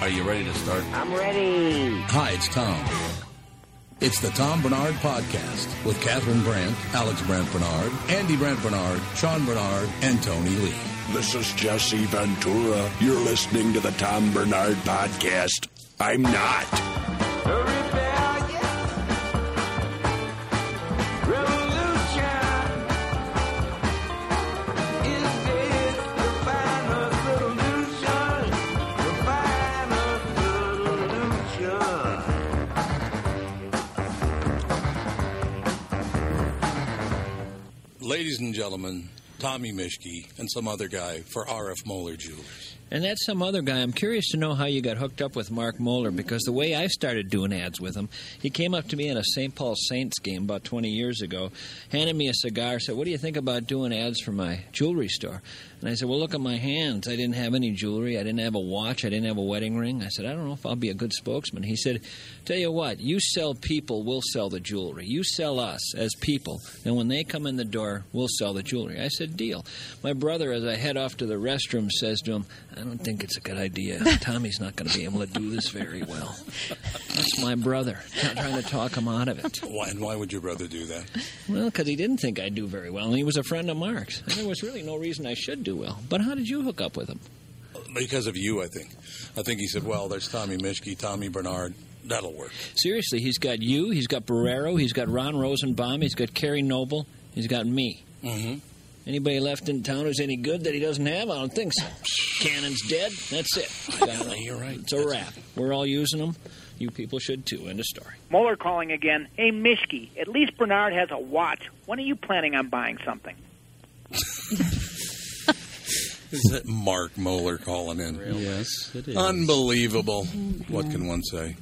Are you ready to start? I'm ready. Hi, it's Tom. It's the Tom Bernard Podcast with Catherine Brandt, Alex Brandt Bernard, Andy Brandt Bernard, Sean Bernard, and Tony Lee. This is Jesse Ventura. You're listening to the Tom Bernard Podcast. I'm not. Ladies and gentlemen, Tommy Mishke and some other guy for RF Moeller Jewelers. And that's some other guy. I'm curious to know how you got hooked up with Mark Moeller because the way I started doing ads with him, he came up to me in a St. Paul Saints game about 20 years ago, handed me a cigar, said, What do you think about doing ads for my jewelry store? And I said, Well, look at my hands. I didn't have any jewelry. I didn't have a watch. I didn't have a wedding ring. I said, I don't know if I'll be a good spokesman. He said, Tell you what, you sell people, we'll sell the jewelry. You sell us as people, and when they come in the door, we'll sell the jewelry. I said, Deal. My brother, as I head off to the restroom, says to him, I don't think it's a good idea. Tommy's not going to be able to do this very well. That's my brother. Not trying to talk him out of it. Why, and why would your brother do that? Well, because he didn't think I'd do very well, and he was a friend of Mark's. And there was really no reason I should do well. But how did you hook up with him? Because of you, I think. I think he said, well, there's Tommy Mishke, Tommy Bernard. That'll work. Seriously, he's got you, he's got Barrero, he's got Ron Rosenbaum, he's got Kerry Noble, he's got me. Mm-hmm. Anybody left in town who's any good that he doesn't have? I don't think so. Cannon's dead. That's it. I don't know. You're right. It's a wrap. We're all using them. You people should too. End of story. Moeller calling again. Hey, Mishke, at least Bernard has a watch. When are you planning on buying something? Is that Mark Moeller calling in? Yes, it Unbelievable. What can one say?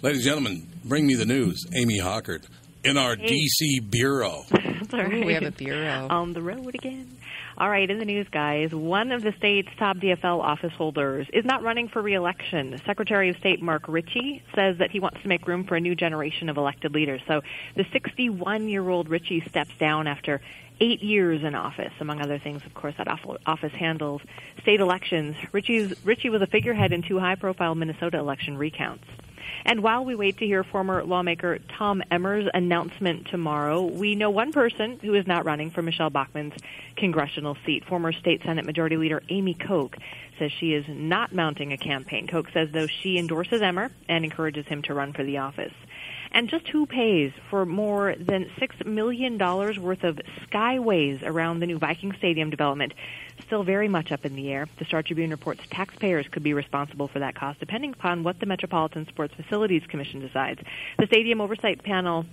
Ladies and gentlemen, bring me the news. Amy Hockert in our DC bureau. That's all right. we have a bureau. On the road again. All right, in the news, guys, one of the state's top DFL office holders is not running for reelection. Secretary of State Mark Ritchie says that he wants to make room for a new generation of elected leaders. So the 61 year old Ritchie steps down after eight years in office, among other things, of course, that awful- office handles state elections. Ritchie's, Ritchie was a figurehead in two high profile Minnesota election recounts. And while we wait to hear former lawmaker Tom Emmer's announcement tomorrow, we know one person who is not running for Michelle Bachmann's congressional seat. Former state Senate Majority Leader Amy Koch says she is not mounting a campaign. Koch says, though, she endorses Emmer and encourages him to run for the office. And just who pays for more than $6 million worth of skyways around the new Viking Stadium development? Still very much up in the air. The Star Tribune reports taxpayers could be responsible for that cost, depending upon what the Metropolitan Sports Facilities Commission decides. The Stadium Oversight Panel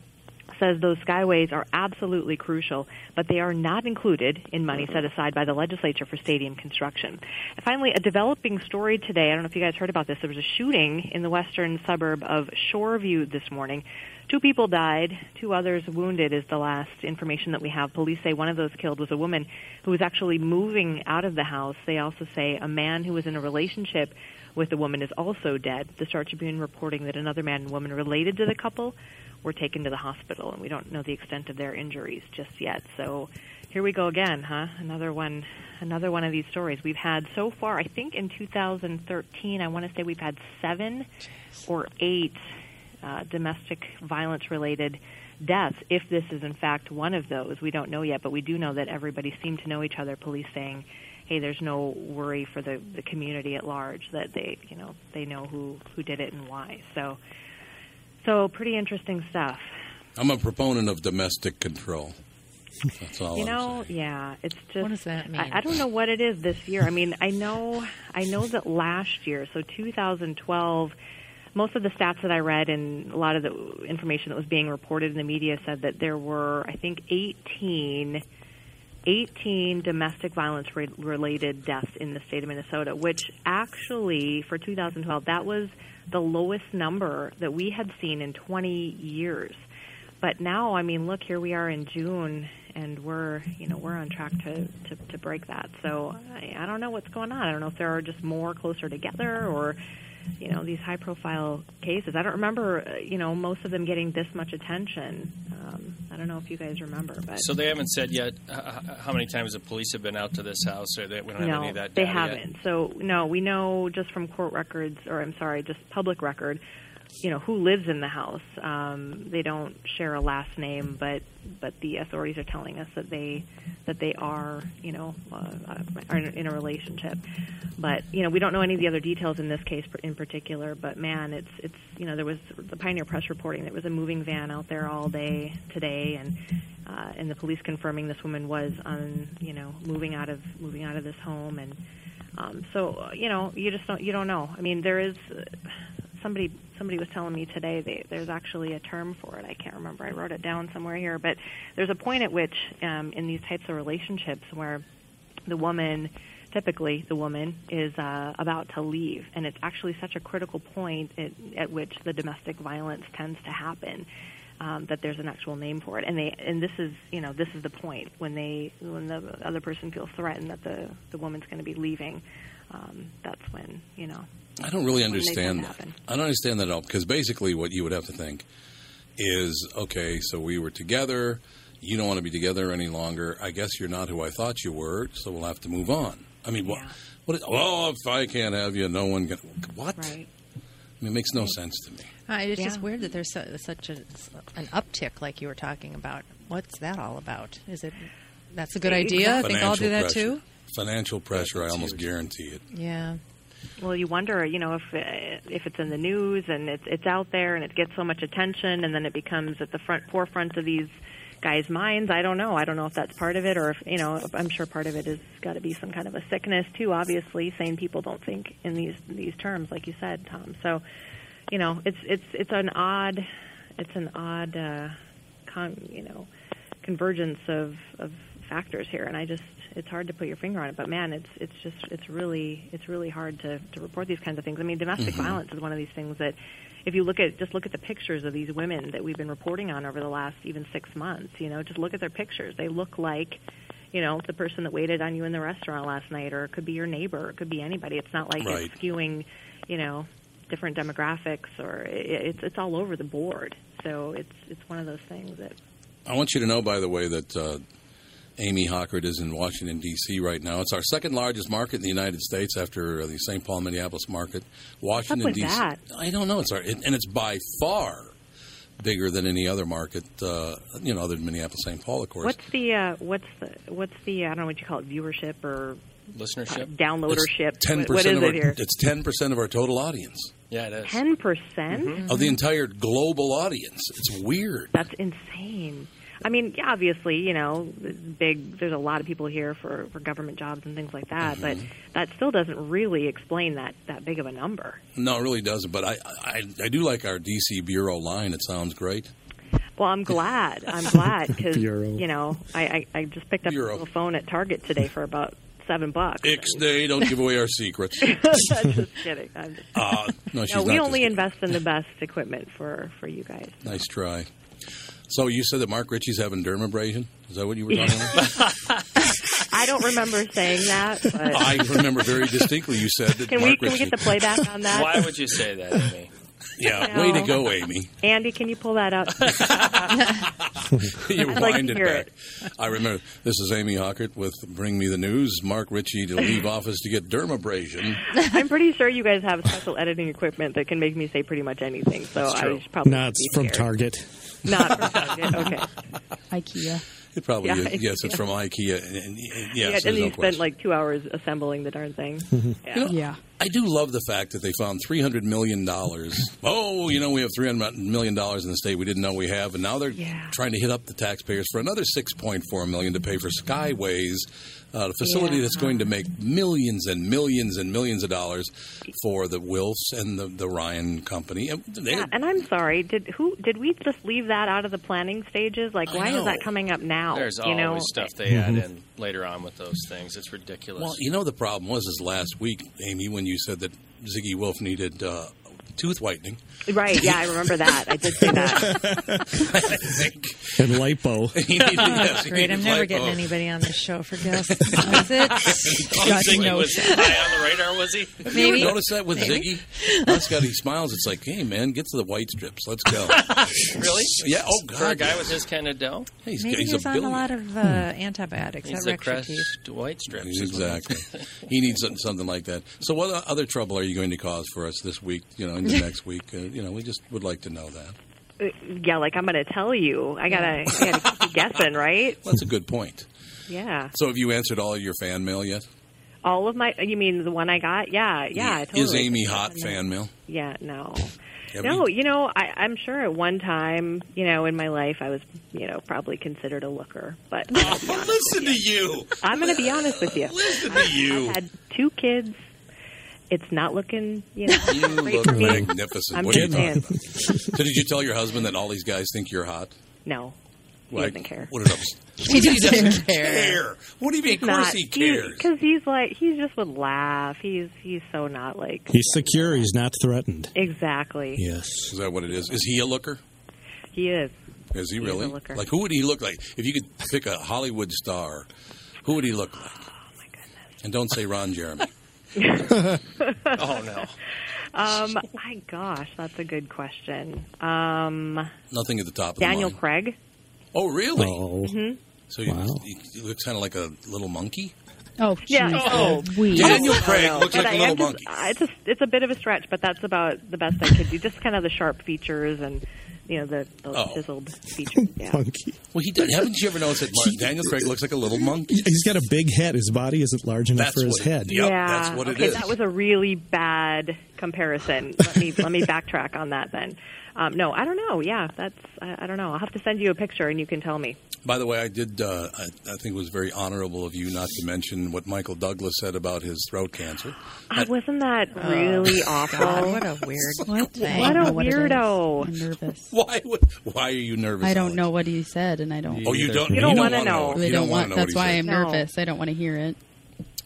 says those skyways are absolutely crucial, but they are not included in money set aside by the legislature for stadium construction. And finally, a developing story today. I don't know if you guys heard about this. There was a shooting in the western suburb of Shoreview this morning. Two people died, two others wounded is the last information that we have. Police say one of those killed was a woman who was actually moving out of the house. They also say a man who was in a relationship with the woman is also dead. The Star Tribune reporting that another man and woman related to the couple were taken to the hospital, and we don't know the extent of their injuries just yet. So here we go again, huh? Another one, another one of these stories we've had so far. I think in 2013, I want to say we've had seven or eight uh, domestic violence-related deaths. If this is in fact one of those, we don't know yet, but we do know that everybody seemed to know each other. Police saying. Hey, there's no worry for the, the community at large that they, you know, they know who, who did it and why. So, so pretty interesting stuff. I'm a proponent of domestic control. That's all You I'm know, saying. yeah, it's just. What does that mean? I, I don't know what it is this year. I mean, I know, I know that last year, so 2012, most of the stats that I read and a lot of the information that was being reported in the media said that there were, I think, 18 18 domestic violence re- related deaths in the state of Minnesota, which actually for 2012 that was the lowest number that we had seen in 20 years. But now, I mean, look, here we are in June, and we're you know we're on track to to, to break that. So I, I don't know what's going on. I don't know if there are just more closer together or you know these high profile cases. I don't remember uh, you know most of them getting this much attention. Um, I don't know if you guys remember, but So they haven't said yet h- h- how many times the police have been out to this house, or that we don't have no, any of that. they data yet. haven't. So no, we know just from court records, or I'm sorry, just public record. You know who lives in the house. Um, they don't share a last name, but but the authorities are telling us that they that they are you know uh, are in in a relationship. But you know we don't know any of the other details in this case in particular. But man, it's it's you know there was the Pioneer Press reporting there was a moving van out there all day today, and uh, and the police confirming this woman was on you know moving out of moving out of this home and um, so uh, you know you just don't you don't know I mean there is uh, somebody somebody was telling me today they, there's actually a term for it I can't remember I wrote it down somewhere here but there's a point at which um, in these types of relationships where the woman typically the woman is uh, about to leave and it's actually such a critical point at, at which the domestic violence tends to happen um, that there's an actual name for it and they and this is you know this is the point when they when the other person feels threatened that the the woman's going to be leaving um, that's when you know I don't really when they understand can that. happen. I don't understand that at all because basically what you would have to think is okay, so we were together. You don't want to be together any longer. I guess you're not who I thought you were, so we'll have to move on. I mean, what? Yeah. What is, oh, if I can't have you, no one can. What? right I mean, it makes no sense to me. Uh, it's just Yeah. weird that there's su- such a, an uptick, like you were talking about. What's that all about? Is it that's a good idea? I think I'll do that pressure. too. Financial pressure, I almost guarantee it. Yeah. Well, you wonder, you know, if uh, if it's in the news and it's it's out there and it gets so much attention, and then it becomes at the front forefront of these guys' minds. I don't know. I don't know if that's part of it, or if you know, I'm sure part of it has got to be some kind of a sickness too. Obviously, sane people don't think in these these terms, like you said, Tom. So, you know, it's it's it's an odd, it's an odd, uh, con, you know, convergence of of factors here and i just it's hard to put your finger on it but man it's it's just it's really it's really hard to to report these kinds of things i mean domestic violence is one of these things that if you look at just look at the pictures of these women that we've been reporting on over the last even 6 months you know just look at their pictures they look like you know the person that waited on you in the restaurant last night or it could be your neighbor it could be anybody it's not like Right. it's skewing you know different demographics or i it's it's all over the board so it's it's one of those things that I want you to know, by the way, that uh, Amy Hockard is in Washington, D.C. right now. It's our second largest market in the United States after uh, the St. Paul, Minneapolis market. Washington, with D.C. that? I don't know. It's our, it, and it's by far bigger than any other market, uh, you know, other than Minneapolis, St. Paul, of course. What's the uh, what's the what's the I don't know what you call it viewership or uh, Listenership? downloadership? It's 10% What- what is of our, it here? It's 10% of our total audience, Yeah, it is. Ten percent. of the entire global audience. It's weird. That's insane. I mean, yeah, obviously, you know, big. There's a lot of people here for for government jobs and things like that, but that still doesn't really explain that that big of a number. No, it really doesn't. But I, I, I do like our D.C. Bureau line. It sounds great. Well, I'm glad. I'm glad because Bureau. you know I, I I just picked up Bureau. a little phone at Target today for about seven bucks. Ixnay, don't give away our secrets. I'm just kidding. I'm just, Uh, no, she's no, not we only just- invest in the best equipment for for you guys. Nice try. So you said that Mark Ritchie's having dermabrasion? Is that what you were talking about? I don't remember saying that. But I remember very distinctly you said that can we Mark can we Ritchie. get the playback on that? Why would you say that, Amy? yeah, No. way to go, Amy. Andy, can you pull that up? you I'd like to winded hear back. I remember. This is Amy Hockert with Bring Me the News. Mark Ritchie to leave office to get dermabrasion. I'm pretty sure you guys have special editing equipment that can make me say pretty much anything. So I should probably No, it's be from scared. Target. Not from Target. Okay. IKEA. It probably Yeah, is. Yes, it's from IKEA. And, and- and- yes, yeah, and there's then no you spent question. Mm-hmm. like two hours assembling the darn thing. Yeah. Yeah. I do love the fact that they found three hundred million dollars. oh, you know, we have three hundred million dollars in the state we didn't know we have, and now they're Yeah. trying to hit up the taxpayers for another six point four million to pay for Skyways, uh, the facility Yeah. that's going to make millions and millions and millions of dollars for the Wilfs and the, the Ryan Company. And they- Yeah, and I'm sorry. Did who did we just leave that out of the planning stages? Like, I why is that know. coming up now? There's you always know, Mm-hmm. stuff they add in later on with those things. It's ridiculous. Well, you know the problem was is last week, Amy, when you said that Ziggy Wolf needed uh, tooth whitening. right? Yeah, I remember that. I did say that. And lipo. He needed- yes, he Oh, Great. I'm needed never lipo. getting anybody on this show for guests. Is it? God Ziggy knows. was high on the radar, was he? You ever Maybe. notice that with Ziggy? That's got he smiles. It's like, hey man, get to the white strips. Let's go. Really? yeah. Oh For a god, guy with his kind of dough, Hey, he's, Maybe he's he's, a on billion. a lot of uh, antibiotics. he's that the wrecks crest your teeth. white strips. is what Exactly. he needs something, something like that. So, what o- other trouble are you going to cause for us this week? You know, into next week. Uh, you know, we just would like to know that. Uh, yeah, like I'm going to tell you. I gotta, I gotta keep guessing, right? Well, that's a good point. Yeah. So, have you answered all your fan mail yet? All of my. You mean the one I got? Yeah. Yeah. Totally. Is Amy hot fan mail? Yeah. No. Have no, you know, I, I'm sure at one time, you know, in my life, I was, you know, probably considered a looker. But um, Oh, Listen to you. I'm going to be honest with you. Listen to you. I've had two kids. It's not looking, you know. You look for me. magnificent. I'm what are you just talking saying. about? So, did you tell your husband that all these guys think you're hot? No. He Like, doesn't care. What an ups- He doesn't care. care. What do you mean? Of course he cares. Because he's like, he just would laugh. He's he's so not like. He's secure. He's not threatened. Exactly. Yes. Is that what it is? Is he a looker? He is. Is he He's really? a looker. Like who would he look like if you could pick a Hollywood star? Who would he look like? Oh my goodness! And don't say Ron Jeremy. I'm- Oh no. Um, my gosh, that's a good question. Um, Nothing at the top of Daniel the line. Craig. Oh really? Mm-hmm. Oh. So you, Wow. you, you look kind of like a little monkey. Oh, Yeah. geez. Oh, we. Daniel Craig No, looks but like a I little am just, monkey. I just, it's a bit of a stretch, but that's about the best I could do. Just kind of the sharp features and, you know, the, the Oh. chiseled features. Yeah. Monkey. Well, he does. Haven't you ever noticed that Mar- Daniel Craig looks like a little monkey? He's got a big head. His body isn't large enough That's for his what- head. yeah. Yep, yeah, that's what it okay, is. That was a really bad comparison. Let me let me backtrack on that then. Um, no, I don't know. Yeah, that's I, I don't know. I'll have to send you a picture and you can tell me. By the way, I did. Uh, I, I think it was very honorable of you not to mention what Michael Douglas said about his throat cancer. Oh, wasn't that really awful? God, what a weird What? thing. What I don't a know it is. weirdo. I'm nervous. Why? would- Why are you nervous? I don't Alex? know what he said, and I don't. Oh, you don't. You don't want wanna to know. They You don't, don't want. want to know. what That's he why said. I'm No. nervous. I don't want to hear it.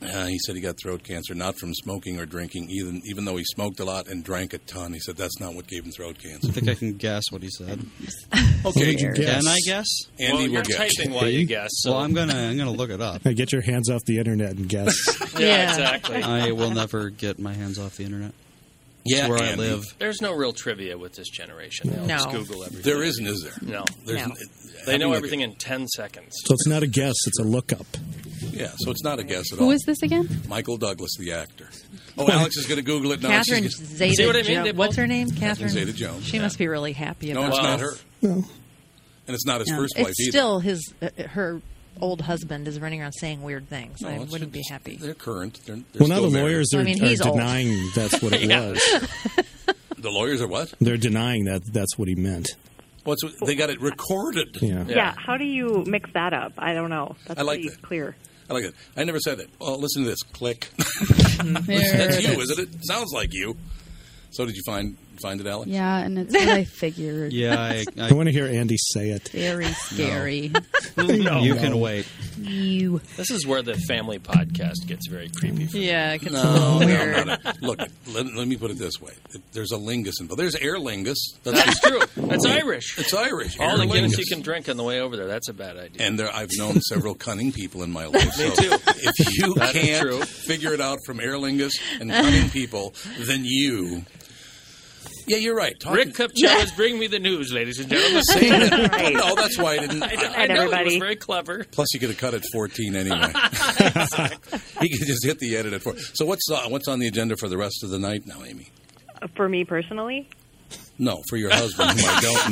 Uh, he said he got throat cancer not from smoking or drinking, even even though he smoked a lot and drank a ton. He said that's not what gave him throat I cancer. think I can guess what he said. Okay, Can I guess? Andy well, will you're guess. typing while you guess. So Well, I'm gonna I'm gonna look it up. Now get your hands off the internet and guess. yeah, Yeah. exactly. I will never get my hands off the internet. It's Yeah, where I Andy. live. There's no real trivia with this generation. They all No. just Google everything. There isn't, is there? No. There's No. They know having a- everything in ten seconds. so it's not a guess. It's a lookup. yeah, so it's not a guess at all. Who is this again? Michael Douglas, the actor. Oh, Alex is going to Google it now. She's Catherine gonna- Zeta. See what I mean? They What's both- her name? Catherine Catherine Zeta-Jones, She must be really happy no, about. it's Wow. not her. And it's not his No, first wife It's either. still his. Uh, her old husband is running around saying weird things. No, I it's- wouldn't be it's- happy. They're current. They're, they're Well, now the still married. lawyers are, I mean, are he's old. denying that's what it was. The lawyers are what? They're denying that that's what he meant. What's they got it recorded? Yeah. Yeah. how do you mix that up? I don't know. That's I like pretty that. clear. I like it. I never said it. Well, listen to this. Click. There That's it you, is. isn't it? Sounds like you. So did you find find it, Alex? Yeah, and it's what I figured. Yeah, I, I, I want to hear Andy say it. Very scary. you can wait. You. um, This is where the family podcast gets very creepy. For Yeah, it gets a No, little no, weird. no, no. Look, let, let me put it this way. There's a lingus involved. There's Aer Lingus. That's That's true. That's Irish. it's Irish. All the Aer Guinness Lingus. you can drink on the way over there. That's a bad idea. And there, I've known several cunning people in my life. Me so too. If you That is can't true. figure it out from Aer Lingus and cunning people, then you. Yeah, you're right. Talking- Rick Kupchow is bringing me the news, ladies and gentlemen. Say that. Right. No, that's why I didn't. I, didn't- I- I know he everybody. was very clever. plus, you could have cut at 14 anyway. he could just hit the edit at four. So what's uh, what's on the agenda for the rest of the night now, Amy? uh, For me personally, No, for your husband, who I don't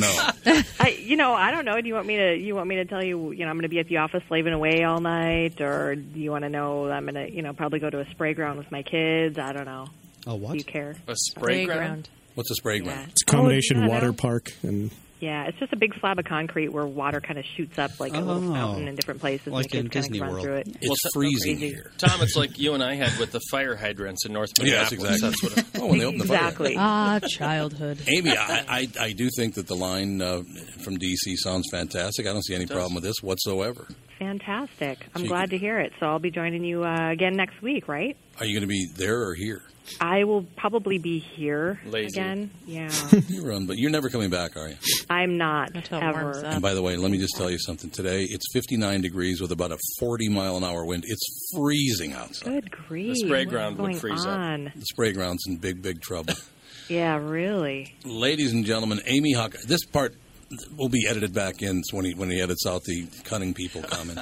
know. I you know I don't know. Do you want me to you want me to tell you you know I'm going to be at the office slaving away all night, or do you want to know I'm going to you know probably go to a spray ground with my kids? I don't know. A what? Do you care? A spray ground? What's a spray ground? Oh, It's a combination Oh, yeah, water no. park and Yeah, it's just a big slab of concrete where water kind of shoots up like a Oh. little fountain in different places. and Like the kids in kinda Disney run World. Through it. It's Well, so- freezing Crazy. here. Tom, it's like you and I had with the fire hydrants in North Minneapolis. Yes, exactly. That's what it, Oh, when they opened the fire. Exactly. Ah, childhood. Amy, I, I, I do think that the line uh, from DC sounds fantastic. I don't see any problem with this whatsoever. Fantastic. So I'm you glad to hear it. So I'll be joining you uh, again next week, right? Are you going to be there or here? I will probably be here Lazy. again. Yeah. you run, but you're never coming back, are you? I'm not ever. And by the way, let me just tell you something. Today it's 59 degrees with about a 40 mile an hour wind. It's freezing outside. Good grief. The spray What's ground would going freeze up. on? The spray ground's in big, big trouble. Yeah, really. Ladies and gentlemen, Amy Hawk. This part will be edited back in when he when he edits out the cunning people comment.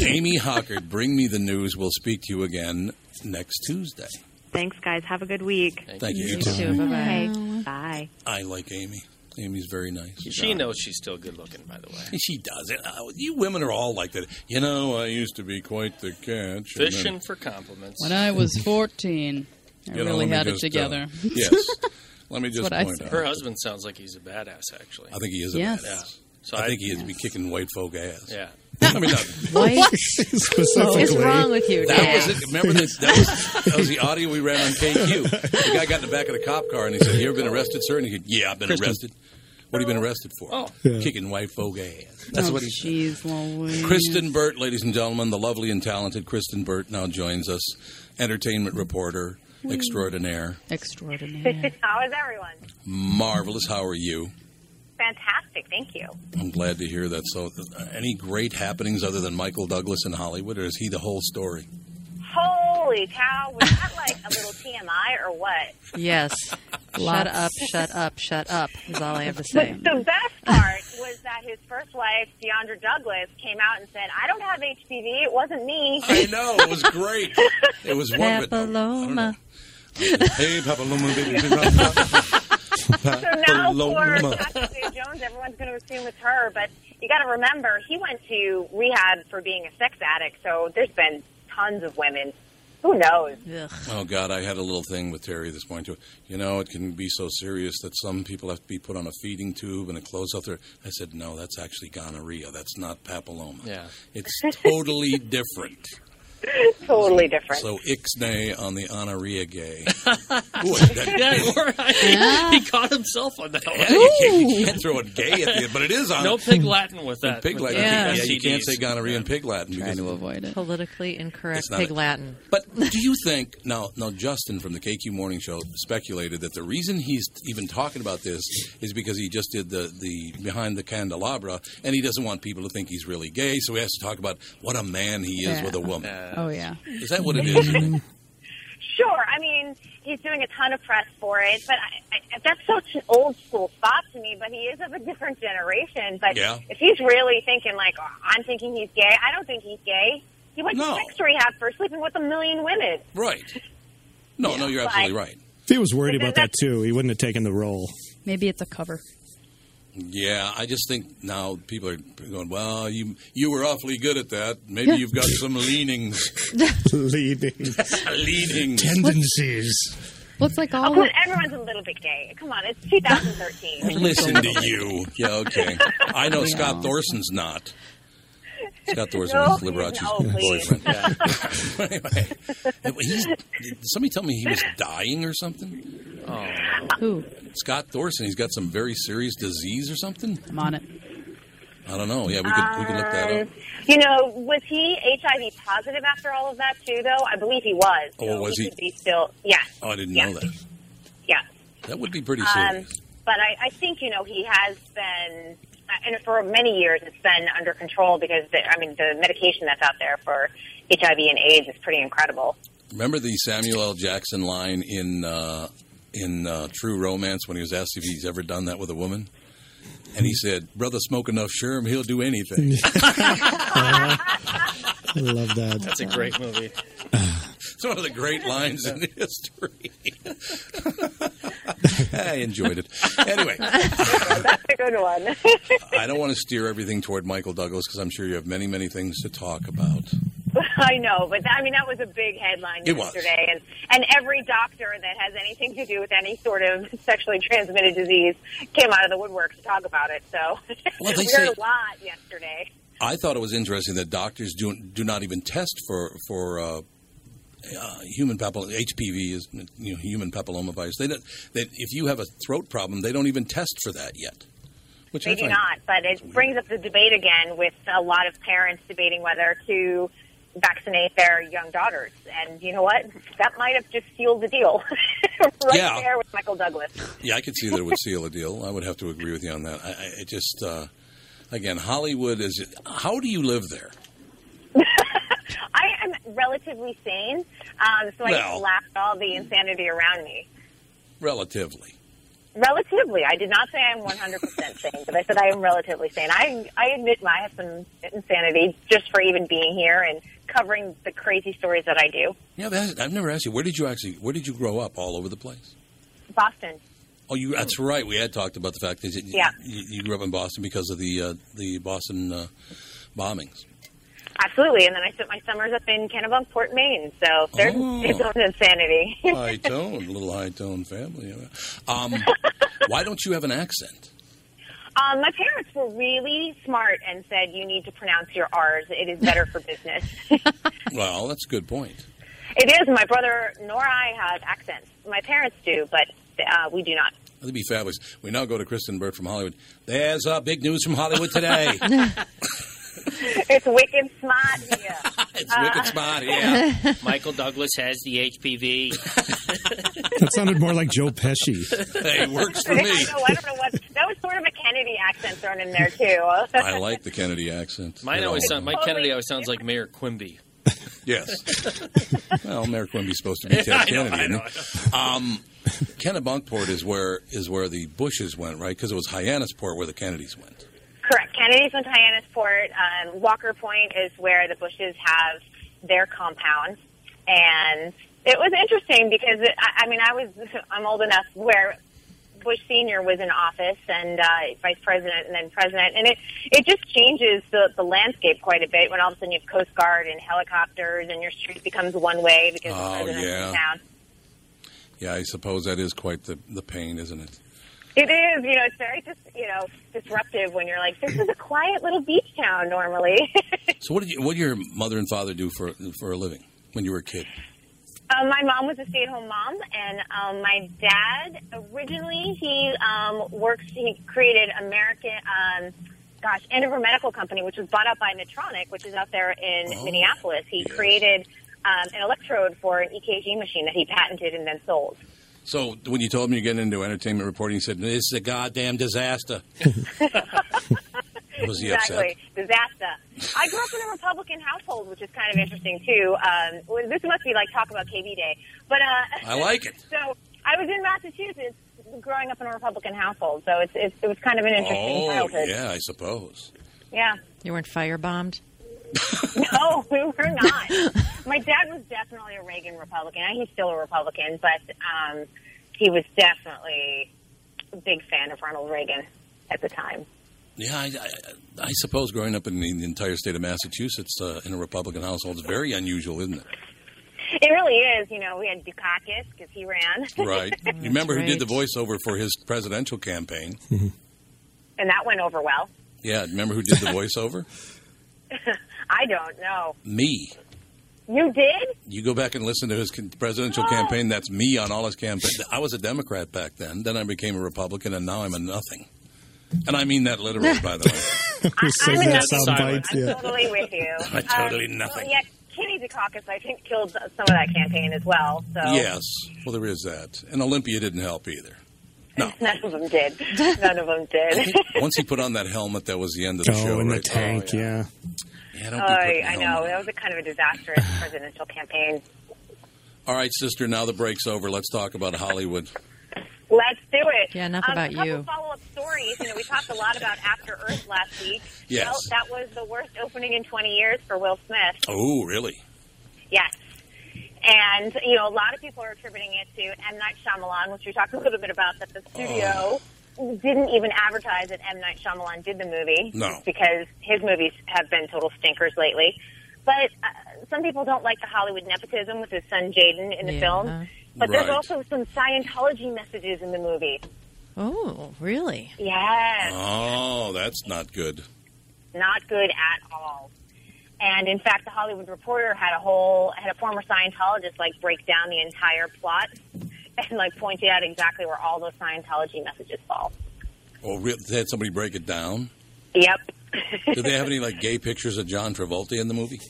Amy Hockard, bring me the news. We'll speak to you again next Tuesday. Thanks, guys. Have a good week. Thank you. You You too. too. Bye. Bye-bye. Bye. I like Amy. Amy's very nice. She knows she's still good looking, by the way. She does it. Uh, You women are all like that. You know, I used to be quite the catch. and then- Fishing for compliments. When I was 14, I You know, really let me had it just, uh, together. yes. Let me just what I point out. Her husband sounds like he's a badass, actually. I think he is a Yes. badass. So I, I- think he is be kicking white folk ass. Yeah. I mean, not, What Specifically. is wrong with you, That was Dad? it. Remember that? That was, that was the audio we ran on KQ. The guy got in the back of the cop car and he said, "You ever been arrested, sir?" And he said, "Yeah, I've been Kristen. arrested." What have you been arrested for? Oh. Yeah. kicking white folk ass. That's oh, what he said. Jeez, Louise. Kristen Burt, ladies and gentlemen, the lovely and talented Kristen Burt now joins us, entertainment reporter extraordinaire. Extraordinary. How is everyone? Marvelous. How are you? Fantastic, thank you. I'm glad to hear that. So, uh, any great happenings other than Michael Douglas in Hollywood, or is he the whole story? Holy cow, was that like a little TMI or what? Yes. shut Lots. up, shut up, shut up is all I have to say. The best part was that his first wife, Deandra Douglas, came out and said, I don't have HPV, it wasn't me. I know, it was great. It was one bit. Papilloma. Hey, Papaloma, baby. Papaloma. So now for Catherine Zeta-Jones, everyone's going to assume it's her, but you got to remember, he went to rehab for being a sex addict, so there's been tons of women. Who knows? Oh God, I had a little thing with Terry this morning too. You know, it can be so serious that some people have to be put on a feeding tube and a close up there. I said, no, that's actually gonorrhea. That's not papilloma. Yeah. It's totally different. totally different. So ixnay on the honorrhea gay. Boy, that- yeah, we're- he caught himself on that one. Yeah, you, can't, you can't throw a gay at the end, but it is on No pig Latin with in that. Pig with Latin. the Yeah, you STDs. can't say gonorrhea in Pig Latin. Trying to avoid it. Politically incorrect It's not pig a- Latin. But do you think now? Now, Justin from the KQ Morning Show speculated that the reason he's even talking about this is because he just did the the behind the candelabra, and he doesn't want people to think he's really gay, so he has to talk about what a man he is Yeah. with a woman. Oh, yeah. Is that what it is? you think? Sure. I mean, he's doing a ton of press for it, but I, I, that's such an old school thought to me. But he is of a different generation. But Yeah. if he's really thinking like oh, I'm thinking he's gay, I don't think he's gay. He went No. to sex rehab for sleeping with a million women. right? No, no, you're absolutely right. if he was worried about that too, he wouldn't have taken the role. Maybe it's a cover. Yeah, I just think now people are going, "Well, you you were awfully good at that. Maybe you've got some leanings, Leading leanings." tendencies. Well, it's like Oh, all come on, everyone's a little bit gay. Come on, it's 2013. Listen to you. Yeah, okay. I know Scott Thorson's not. Scott Thorson No, was he's Liberace's not, please. boyfriend. anyway, he's, did somebody tell me he was dying or something? Oh, who? Scott Thorson, he's got some very serious disease or something? I'm on it. I don't know. Yeah, we could, we could look that up. Um, you know, was he HIV positive after all of that too? Though I believe he was. Oh, So was he? Could be still, yeah, Oh, I didn't know that. yeah. That would be pretty serious. Um, but I, I think you know he has been, uh, and for many years it's been under control because the, I mean the medication that's out there for HIV and AIDS is pretty incredible. Remember the Samuel L. Jackson line in uh, in uh, True Romance when he was asked if he's ever done that with a woman, and he said, "Brother, smoke enough sherm, he'll do anything." I love that. That's a great movie. It's one of the great lines in history. I enjoyed it. Anyway, that's a good one. I don't want to steer everything toward Michael Douglas because I'm sure you have many, many things to talk about. I know, but that, I mean that was a big headline It was. yesterday, and and every doctor that has anything to do with any sort of sexually transmitted disease came out of the woodwork to talk about it. So Well, they we say- heard a lot yesterday. I thought it was interesting that doctors do do not even test for for uh, uh, human papilloma HPV is you know, human papillomavirus. They don't. That if you have a throat problem, they don't even test for that yet. Which they I do find- not, but it brings up the debate again with a lot of parents debating whether to vaccinate their young daughters. And you know what? That might have just sealed the deal right Yeah. there with Michael Douglas. Yeah, I could see that it would seal a deal. I would have to agree with you on that. I, I it just uh, again, Hollywood is. How do you live there? I am relatively sane, um, so I Well. just laugh at all the insanity around me. Relatively, Relatively, I did not say I'm 100% sane, but I said I am relatively sane. I I admit I have some insanity just for even being here and covering the crazy stories that I do. yeah. That, I've never asked you. Where did you actually? Where did you grow up? All over the place. Boston. Oh, you. That's right. We had talked about the fact that you, Yeah. you, you grew up in Boston because of the uh, the Boston uh, bombings. Absolutely, and then I spent my summers up in Kennebunkport, Maine. So there's Oh. its own insanity. High tone, little high tone family. Um, why don't you have an accent? um, my parents were really smart and said you need to pronounce your R's. It is better for business. Well, that's a good point. it is. My brother nor I have accents. My parents do, but uh, we do not. That'd be fabulous. We now go to Kristen Bird from Hollywood. There's uh, big news from Hollywood today. it's wicked smart here. Uh, it's wicked smart here. Michael Douglas has the HPV. That sounded more like Joe Pesci. hey, works for I me. know, I don't know what. That was sort of a Kennedy accent thrown in there too. I like the Kennedy accent. Mine It always all- sound, my Kennedy always sounds like Mayor Quimby. Yes. well, Mayor Quimby's supposed to be I Ted know, Kennedy. I know, isn't he? Um, Kennebunkport is where is where the Bushes went, right? Because it was Hyannisport where the Kennedys went. Correct. Kennedy's in Hyannisport. Um, Walker Point is where the Bushes have their compound, and it was interesting because it, I, I mean I was I'm old enough where Bush Senior was in office and uh, Vice President and then President, and it it just changes the the landscape quite a bit when all of a sudden you have Coast Guard and helicopters and your street becomes one way because Oh, the president's yeah. in town. Yeah, I suppose that is quite the the pain, isn't it? It is, you know, it's very just you know disruptive when you're like this is a quiet little beach town normally. So, what did you, what did your mother and father do for for a living when you were a kid? Um, my mom was a stay-at-home mom, and um, my dad originally he um, works. He created American, um, gosh, Andover Medical Company, which was bought out by Medtronic, which is out there in Minneapolis. He created um, an electrode for an EKG machine that he patented and then sold. So, when you told him you're getting into entertainment reporting, you said this is a goddamn disaster. Was he exactly. Disaster. I grew up in a Republican household, which is kind of interesting too. Um, well, this must be like talk about KB Day, but uh, I like it. So I was in Massachusetts, growing up in a Republican household, so it's, it's it was kind of an upset? interesting Oh, childhood. yeah, I suppose. Yeah. You weren't firebombed. No, we were not. My dad was definitely a Reagan Republican. He's still a Republican, but um, he was definitely a big fan of Ronald Reagan at the time. Yeah, I, I, I suppose growing up in the, the entire state of Massachusetts uh, in a Republican household is very unusual, isn't it? It really is. You know, we had Dukakis because he ran. Right. you remember who did the voiceover for his presidential campaign? and that went over well. Yeah, remember who did the voiceover? I don't know. me. You did? You go back and listen to his con- presidential campaign. That's me on all his campaign. I was a Democrat back then. Then I became a Republican, and now I'm a nothing. And I mean that literally, by the way. we I'm saved in that that sound silence. bite. Yeah. I'm totally with you. Um, I'm totally nothing. well, yeah, Kenny Dukakis, I think, killed some of that campaign as well. So Yes. Well, there is that. And Olympia didn't help either. none of them did. None of them I did. think once he put on that helmet, that was the end of the show. Oh, in the right? tank, yeah. Yeah, Oh, don't be putting I the know. helmet. That was a kind of a disastrous presidential campaign. All right, sister, now the break's over. Let's talk about Hollywood. Let's do it. Yeah, enough um, about a couple you. Follow-up stories. You know, we talked a lot about After Earth last week. Yes. Well, that was the worst opening in 20 years for Will Smith. Oh, really? Yes. And, you know, a lot of people are attributing it to M. Night Shyamalan, which we talked a little bit about, that the studio didn't even advertise that M. Night Shyamalan did the movie. No. just Because his movies have been total stinkers lately. But uh, some people don't like the Hollywood nepotism with his son Jaden in the Yeah. film, but there's Right. also some Scientology messages in the movie. Oh, really? Yes. Oh, that's not good. not good at all. And in fact, the Hollywood Reporter had a whole had a former Scientologist like break down the entire plot and like pointed out exactly where all those Scientology messages fall. Or Oh, re- they had somebody break it down. Yep. Did they have any like gay pictures of John Travolta in the movie?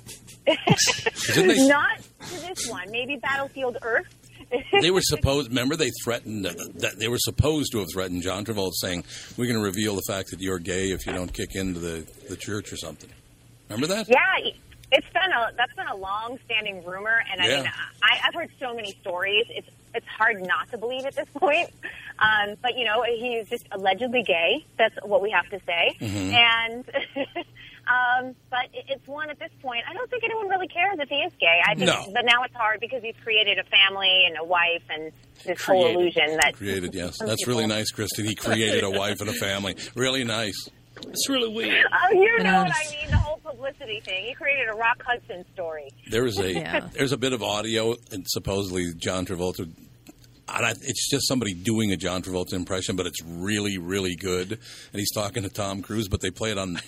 Didn't they- Not to this one. Maybe Battlefield Earth. They were supposed. Remember, they threatened. That they were supposed to have threatened John Travolta, saying, "We're going to reveal the fact that you're gay if you don't kick into the the church or something." Remember that? Yeah, it's been a that's been a long standing rumor, and I mean, Yeah. I, I've heard so many stories. It's it's hard not to believe at this point. Um, but you know, he's just allegedly gay. That's what we have to say. Mm-hmm. Mhm. And um, but it- it's one at this point. I don't think anyone really cares if he is gay. I think, No. but now it's hard because he's created a family and a wife and this whole Created. illusion that Created, yes. some That's really people- nice, Kristen. He created a wife and a family. Really nice. It's really weird. Oh, you And know what I honest. mean? The whole publicity thing. He created a Rock Hudson story. There is a Yeah. there's a bit of audio, and supposedly John Travolta. And I, it's just somebody doing a John Travolta impression, but it's really, really good. And he's talking to Tom Cruise, but they play it on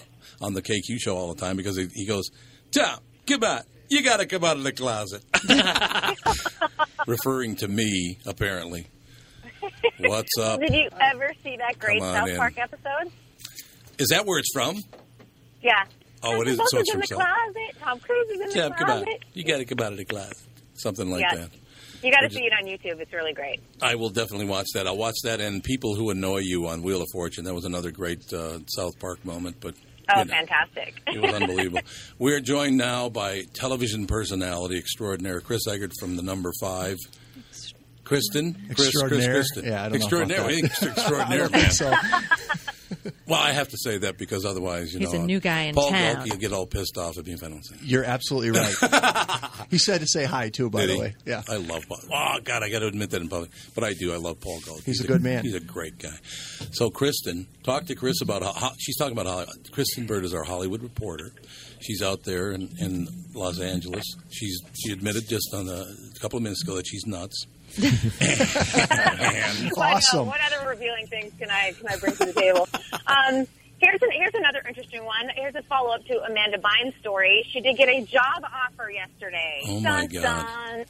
on the KQ show all the time because he, he goes, "Tom, come out, you got to come out of the closet," referring to me apparently. What's up? Did you ever see that great Come on South in. Park episode? Is that where it's from? Yeah. Oh, Tom it is- Cruise so it's in from the South- closet. Tom Cruise is in the Yeah, come out. closet. You got to come out of the closet. Something like Yeah. that. You got Or to just- see it on YouTube. It's really great. I will definitely watch that. I'll watch that and People Who Annoy You on Wheel of Fortune. That was another great uh, South Park moment, but Oh, you know, fantastic! it was unbelievable. We're joined now by television personality extraordinaire Chris Eggert from the number five. Kristen, Chris, Chris, Extraordinaire? Kristen. Yeah, I don't know extraordinaire. about I that. think it's extraordinaire. I don't think man. Well, I have to say that because otherwise, you He's know, a new guy in Paul town. Paul will get all pissed off at me if I don't say. You're absolutely right. he said to say hi too, by Did the he? way. Yeah. I love Paul. Oh God, I got to admit that in public, but I do. I love Paul Gold. He's a good man. He's a great guy. So Kristen, talk to Chris about how, how she's talking about Hollywood. Kristen Bird is our Hollywood reporter. She's out there in, in Los Angeles. She's she admitted just on a, couple of minutes ago that she's nuts. And- What, uh, what other revealing things can I can I bring to the table? Um, here's an, here's another interesting one. Here's a follow up to Amanda Bynes' story. She did get a job offer yesterday. Oh, my Dun, God. dun.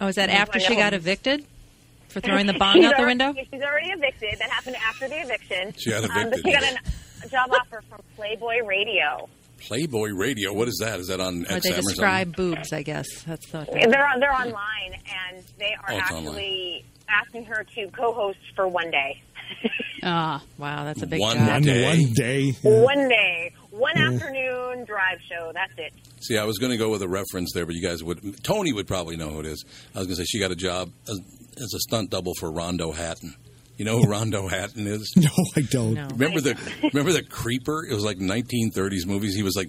Oh, is that He's after like, she "Oh." got evicted for throwing the bong She's out the alre- window? She's already evicted. That happened after the eviction. She got Um, but evicted. she got an, a job offer from Playboy Radio. Playboy Radio. What is that? Is that on Or XM they or something? describe boobs, I guess. That's the They're on, they're online, and they are Oh, it's online. actually asking her to co-host for one day, Ah, wow, that's a big One job. day. One day. one day, one Yeah. afternoon drive show. That's it. See, I was going to go with a reference there, but you guys would. Tony would probably know who it is. I was going to say she got a job as, as a stunt double for Rondo Hatton. You know who Rondo Hatton is? No, I don't. Remember the remember the Creeper? It was like 1930s movies. He was like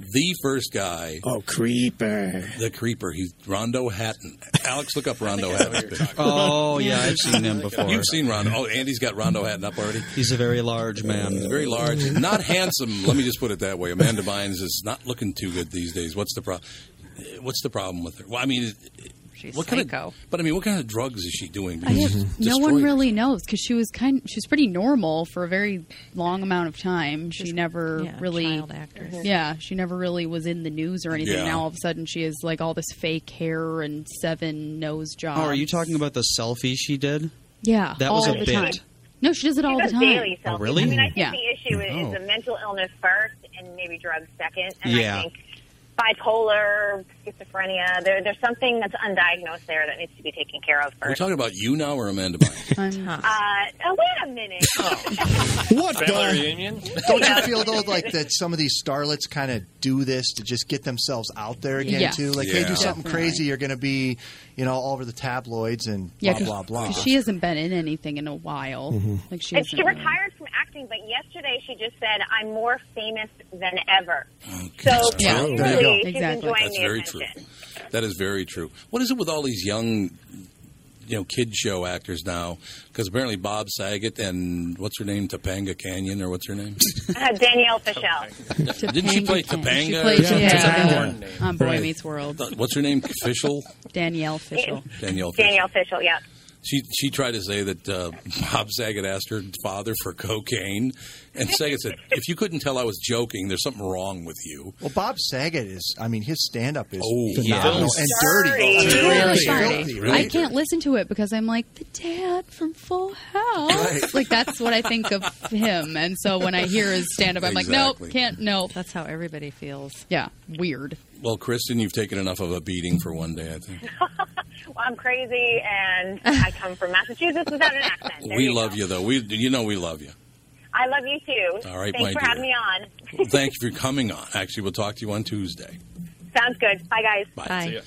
the first guy. Oh, creeper. The Creeper. He's Rondo Hatton. Alex, look up Rondo Hatton. Oh, yeah, I've seen him before. You've seen Rondo. Oh, Andy's got Rondo Hatton up already. He's a very large man. Very large, not handsome. Let me just put it that way. Amanda Bynes is not looking too good these days. What's the problem? What's the problem with her? Well, I mean, she's what kind of? But I mean, what kind of drugs is she doing? I Because have, it's no one destroyed. really knows because she was kind. She was pretty normal for a very long amount of time. She never yeah, really, child actress. yeah, she never really was in the news or anything. Yeah. Now all of a sudden she has like all this fake hair and seven nose jobs. Oh, are you talking about the selfie she did? Yeah, That all was a the bit. time. No, she does it all She the does time. daily Oh, selfies. really? I mean, I think Yeah. the issue is, Oh. is the mental illness first, and maybe drugs second, and I Yeah. think bipolar, schizophrenia. There, there's something that's undiagnosed there that needs to be taken care of Are we first. talking about you now or Amanda Bynes? uh, oh, wait a minute. What Family the- reunion? Don't you feel though like that some of these starlets kind of do this to just get themselves out there again Yeah. too? Like they Yeah. do something Definitely. crazy, you're going to be, you know, all over the tabloids and Yeah, blah 'cause- blah blah. 'cause she hasn't been in anything in a while. Mm-hmm. Mhm. Like she, and hasn't she really- retired from acting, but yesterday she just said, "I'm more famous than ever." So That's yeah, true. really, she's That's enjoying the very attention. true. That is very true. What is it with all these young you know kid show actors now because apparently Bob Saget and what's her name Topanga Canyon or what's her name? Uh, Danielle Fischel. Didn't she play Topanga? She played or something? yeah, Porn name. on Boy Right. Meets World. What's her name? Fischel. Danielle Fishel. Danielle. Fischel. Danielle Fischel, yeah. She she tried to say that uh, Bob Saget asked her father for cocaine, and Saget said, "If you couldn't tell I was joking, there's something wrong with you." Well, Bob Saget is. I mean, his stand-up is Oh, yeah. phenomenal and dirty. Dirty. I mean, Really filthy, dirty. right? I can't listen to it because I'm like the dad from Full House. Like that's what I think of him, and so when I hear his stand up, I'm like, Exactly. nope, can't, nope. That's how everybody feels. Yeah, weird. Well, Kristen, you've taken enough of a beating for one day. I think Well, I'm crazy, and I come from Massachusetts without an accent. There we you go. love you, though. We you know we love you. I love you too. All right, my Thanks for dear. having me on. Well, Thank you for coming on. Actually, we'll talk to you on Tuesday. Sounds good. Bye, guys. Bye. See ya.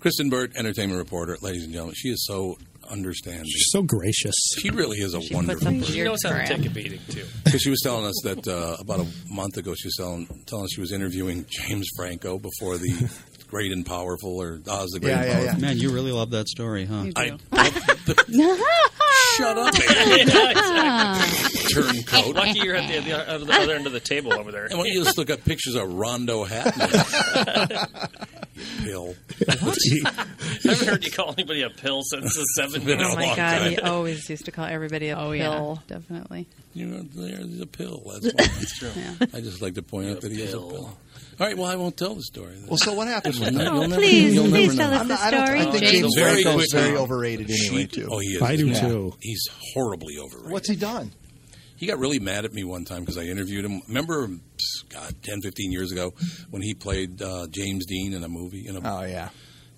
Kristen Burt, entertainment reporter, ladies and gentlemen. She is so understanding. She's so gracious. She really is a wonderful person. She knows how to take a beating too. Because she was telling us that uh, about a month ago, she was telling, telling us she was interviewing James Franco before the Great and Powerful or Oz the Great and Powerful. Man, you really love that story, huh? I Oh Shut up. turncoat. Lucky you're at the, the, other- the other end of the table over there. And why don't you just look up pictures of Rondo Hatton? You pill. I haven't heard you call anybody a pill since the seven Been a Oh my long God, time. he always used to call everybody a Oh pill. yeah, definitely. You know, there's a pill. That's why. That's true. I just like to point out that he is a pill. All right. Well, I won't tell the story. Then. Well, so what happened You'll with ne- that? you'll Oh, never- please, you'll please never tell know. us the I'm not- I don't- I story. think James Very Franco's quickly. very overrated anyway, She- too. Oh, he is. I do, Yeah. too. He's horribly overrated. What's he done? He got really mad at me one time because I interviewed him. Remember, God, 10, 15 years ago when he played uh, James Dean in a movie? In a, oh, yeah.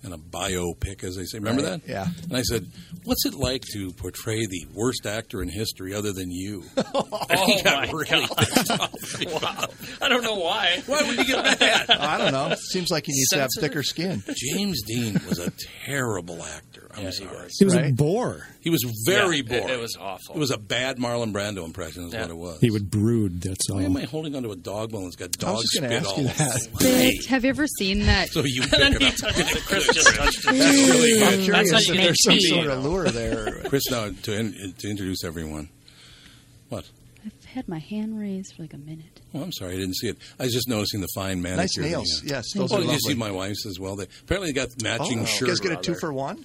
In a biopic, as they say. Remember Right, that? yeah. And I said, What's it like to portray the worst actor in history other than you? and Oh he got my really pissed off. Wow. I don't know why. Why would you get mad? I don't know. Seems like he needs to have thicker skin. James Dean was a terrible actor. I'm sorry. He was a bore. He was very Yeah, it- boring. it was awful. It was a bad Marlon Brando impression, is what it was. He would brood. That's all. Why am I holding onto a dog bone that's got I dog was just spit gonna ask all you over that. it? Spit. Have you ever seen that? So you pick it up. Chris just touched it. That's really Ooh. good. I'm curious That's how you if there's get some sort of lure there. Chris, now to, in, to introduce everyone. What? I've had my hand raised for like a minute. Oh, I'm sorry, I didn't see it. I was just noticing the fine manicure. Nice that he nails. had. Yes, those oh, are did you lovely. see my wife's as well? They apparently they got matching Oh. shirts. You guys get a two for one?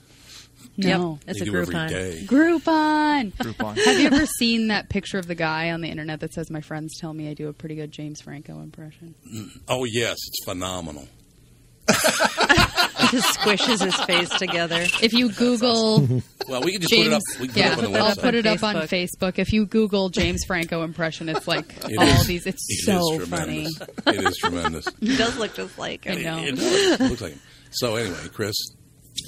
No, They do every day. Groupon. Groupon. Have you ever seen that picture of the guy on the internet that says, "My friends tell me I do a pretty good James Franco impression"? Oh yes, it's phenomenal. He squishes his face together. If you Google, Well, we can just James, put it up. We can put yeah, it up on the I'll website. put it up on Facebook. If you Google James Franco impression, it's like It all is- these. It's it is so funny. tremendous. It is tremendous. He does look just like him. I know. It does. It looks like him. So anyway, Chris,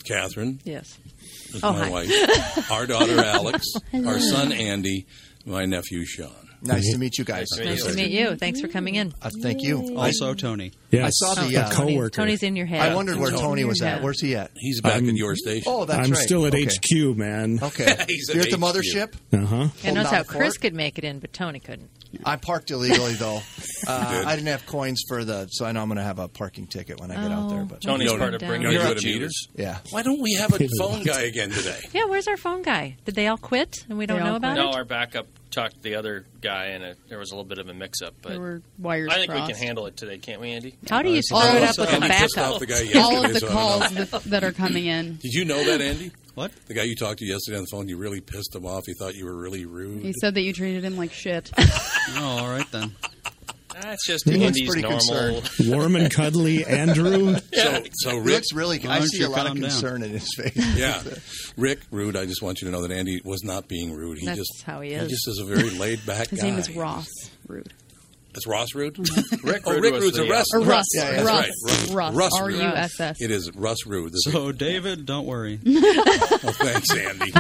Catherine. Yes. This is Oh, my hi. wife. Our daughter Alex. Hello. our son Andy. My nephew Sean. Nice to meet you guys. Nice to meet you. Thanks for coming in. Uh, thank you. Also, Tony. Yeah, I saw the, uh, Tony's in your head. I wondered where Tony was at. Yeah. Where's he at? He's back at your station. Oh, that's I'm right. still at Okay. HQ, man. Okay. You're at the mothership? Uh huh. I Hold notice down how the Chris fort? could make it in, but Tony couldn't. I parked illegally though. You Uh, did. I didn't have coins for the, so I know I'm going to have a parking ticket when I get out there. But Tony's part of bringing You up go to Jews. meters? Yeah. Why don't we have a phone guy again today? Yeah, where's our phone guy? Did they all quit and we don't They all know about no, it? our backup talked to the other guy, and it, there was a little bit of a mix-up. But There were wires I think crossed. we can handle it today, can't we, Andy? How do you All screw it of up with a Andy pissed backup? off the guy All yesterday, of the so I don't know. calls that, that are coming in. Did you know that, Andy? What? The guy you talked to yesterday on the phone, you really pissed him off. He thought you were really rude. He said that you treated him like shit. Oh, all right then. That's just He looks Andy's pretty normal. concerned. Warm and cuddly, Andrew. So He Rick, looks really. I see a lot of concern in his face. Yeah, Rick, rude. I just want you to know that Andy was not being rude. He That's just how Oh, he is. just is a very laid back guy. His name is Ross Rude. That's Ross Rude. Rick Rude Rick was Rude's a the, uh, Russ. Or Russ, Yeah, yeah, Russ, that's right. Russ, Russ Rude. R.U.S.S.. It is Russ Rude. That's So, David, don't worry. Oh, thanks, Andy.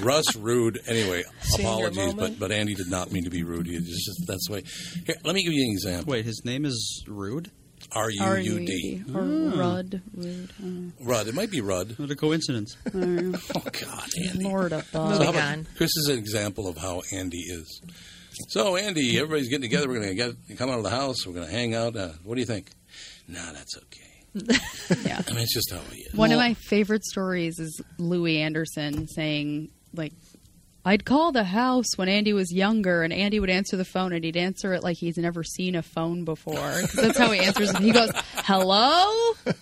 Russ Rude. Anyway, Senior apologies, but moment. but Andy did not mean to be rude. He just that's the way. Here, let me give you an example. Wait, his name is Rude. R U U D. Or Hmm. Rudd Rude. I don't Rudd. It might be Rudd. What a coincidence. know. Oh God, Andy. Lord above. So how about- Chris is an example of how Andy is. So Andy, everybody's getting together. We're going to get come out of the house. We're going to hang out. Uh, what do you think? No, that's okay. yeah. I mean, it's just how it is. One of my favorite stories is Louis Anderson saying, like, I'd call the house when Andy was younger, and Andy would answer the phone, and he'd answer it like he's never seen a phone before. 'Cause that's how he answers it. He goes, "Hello." What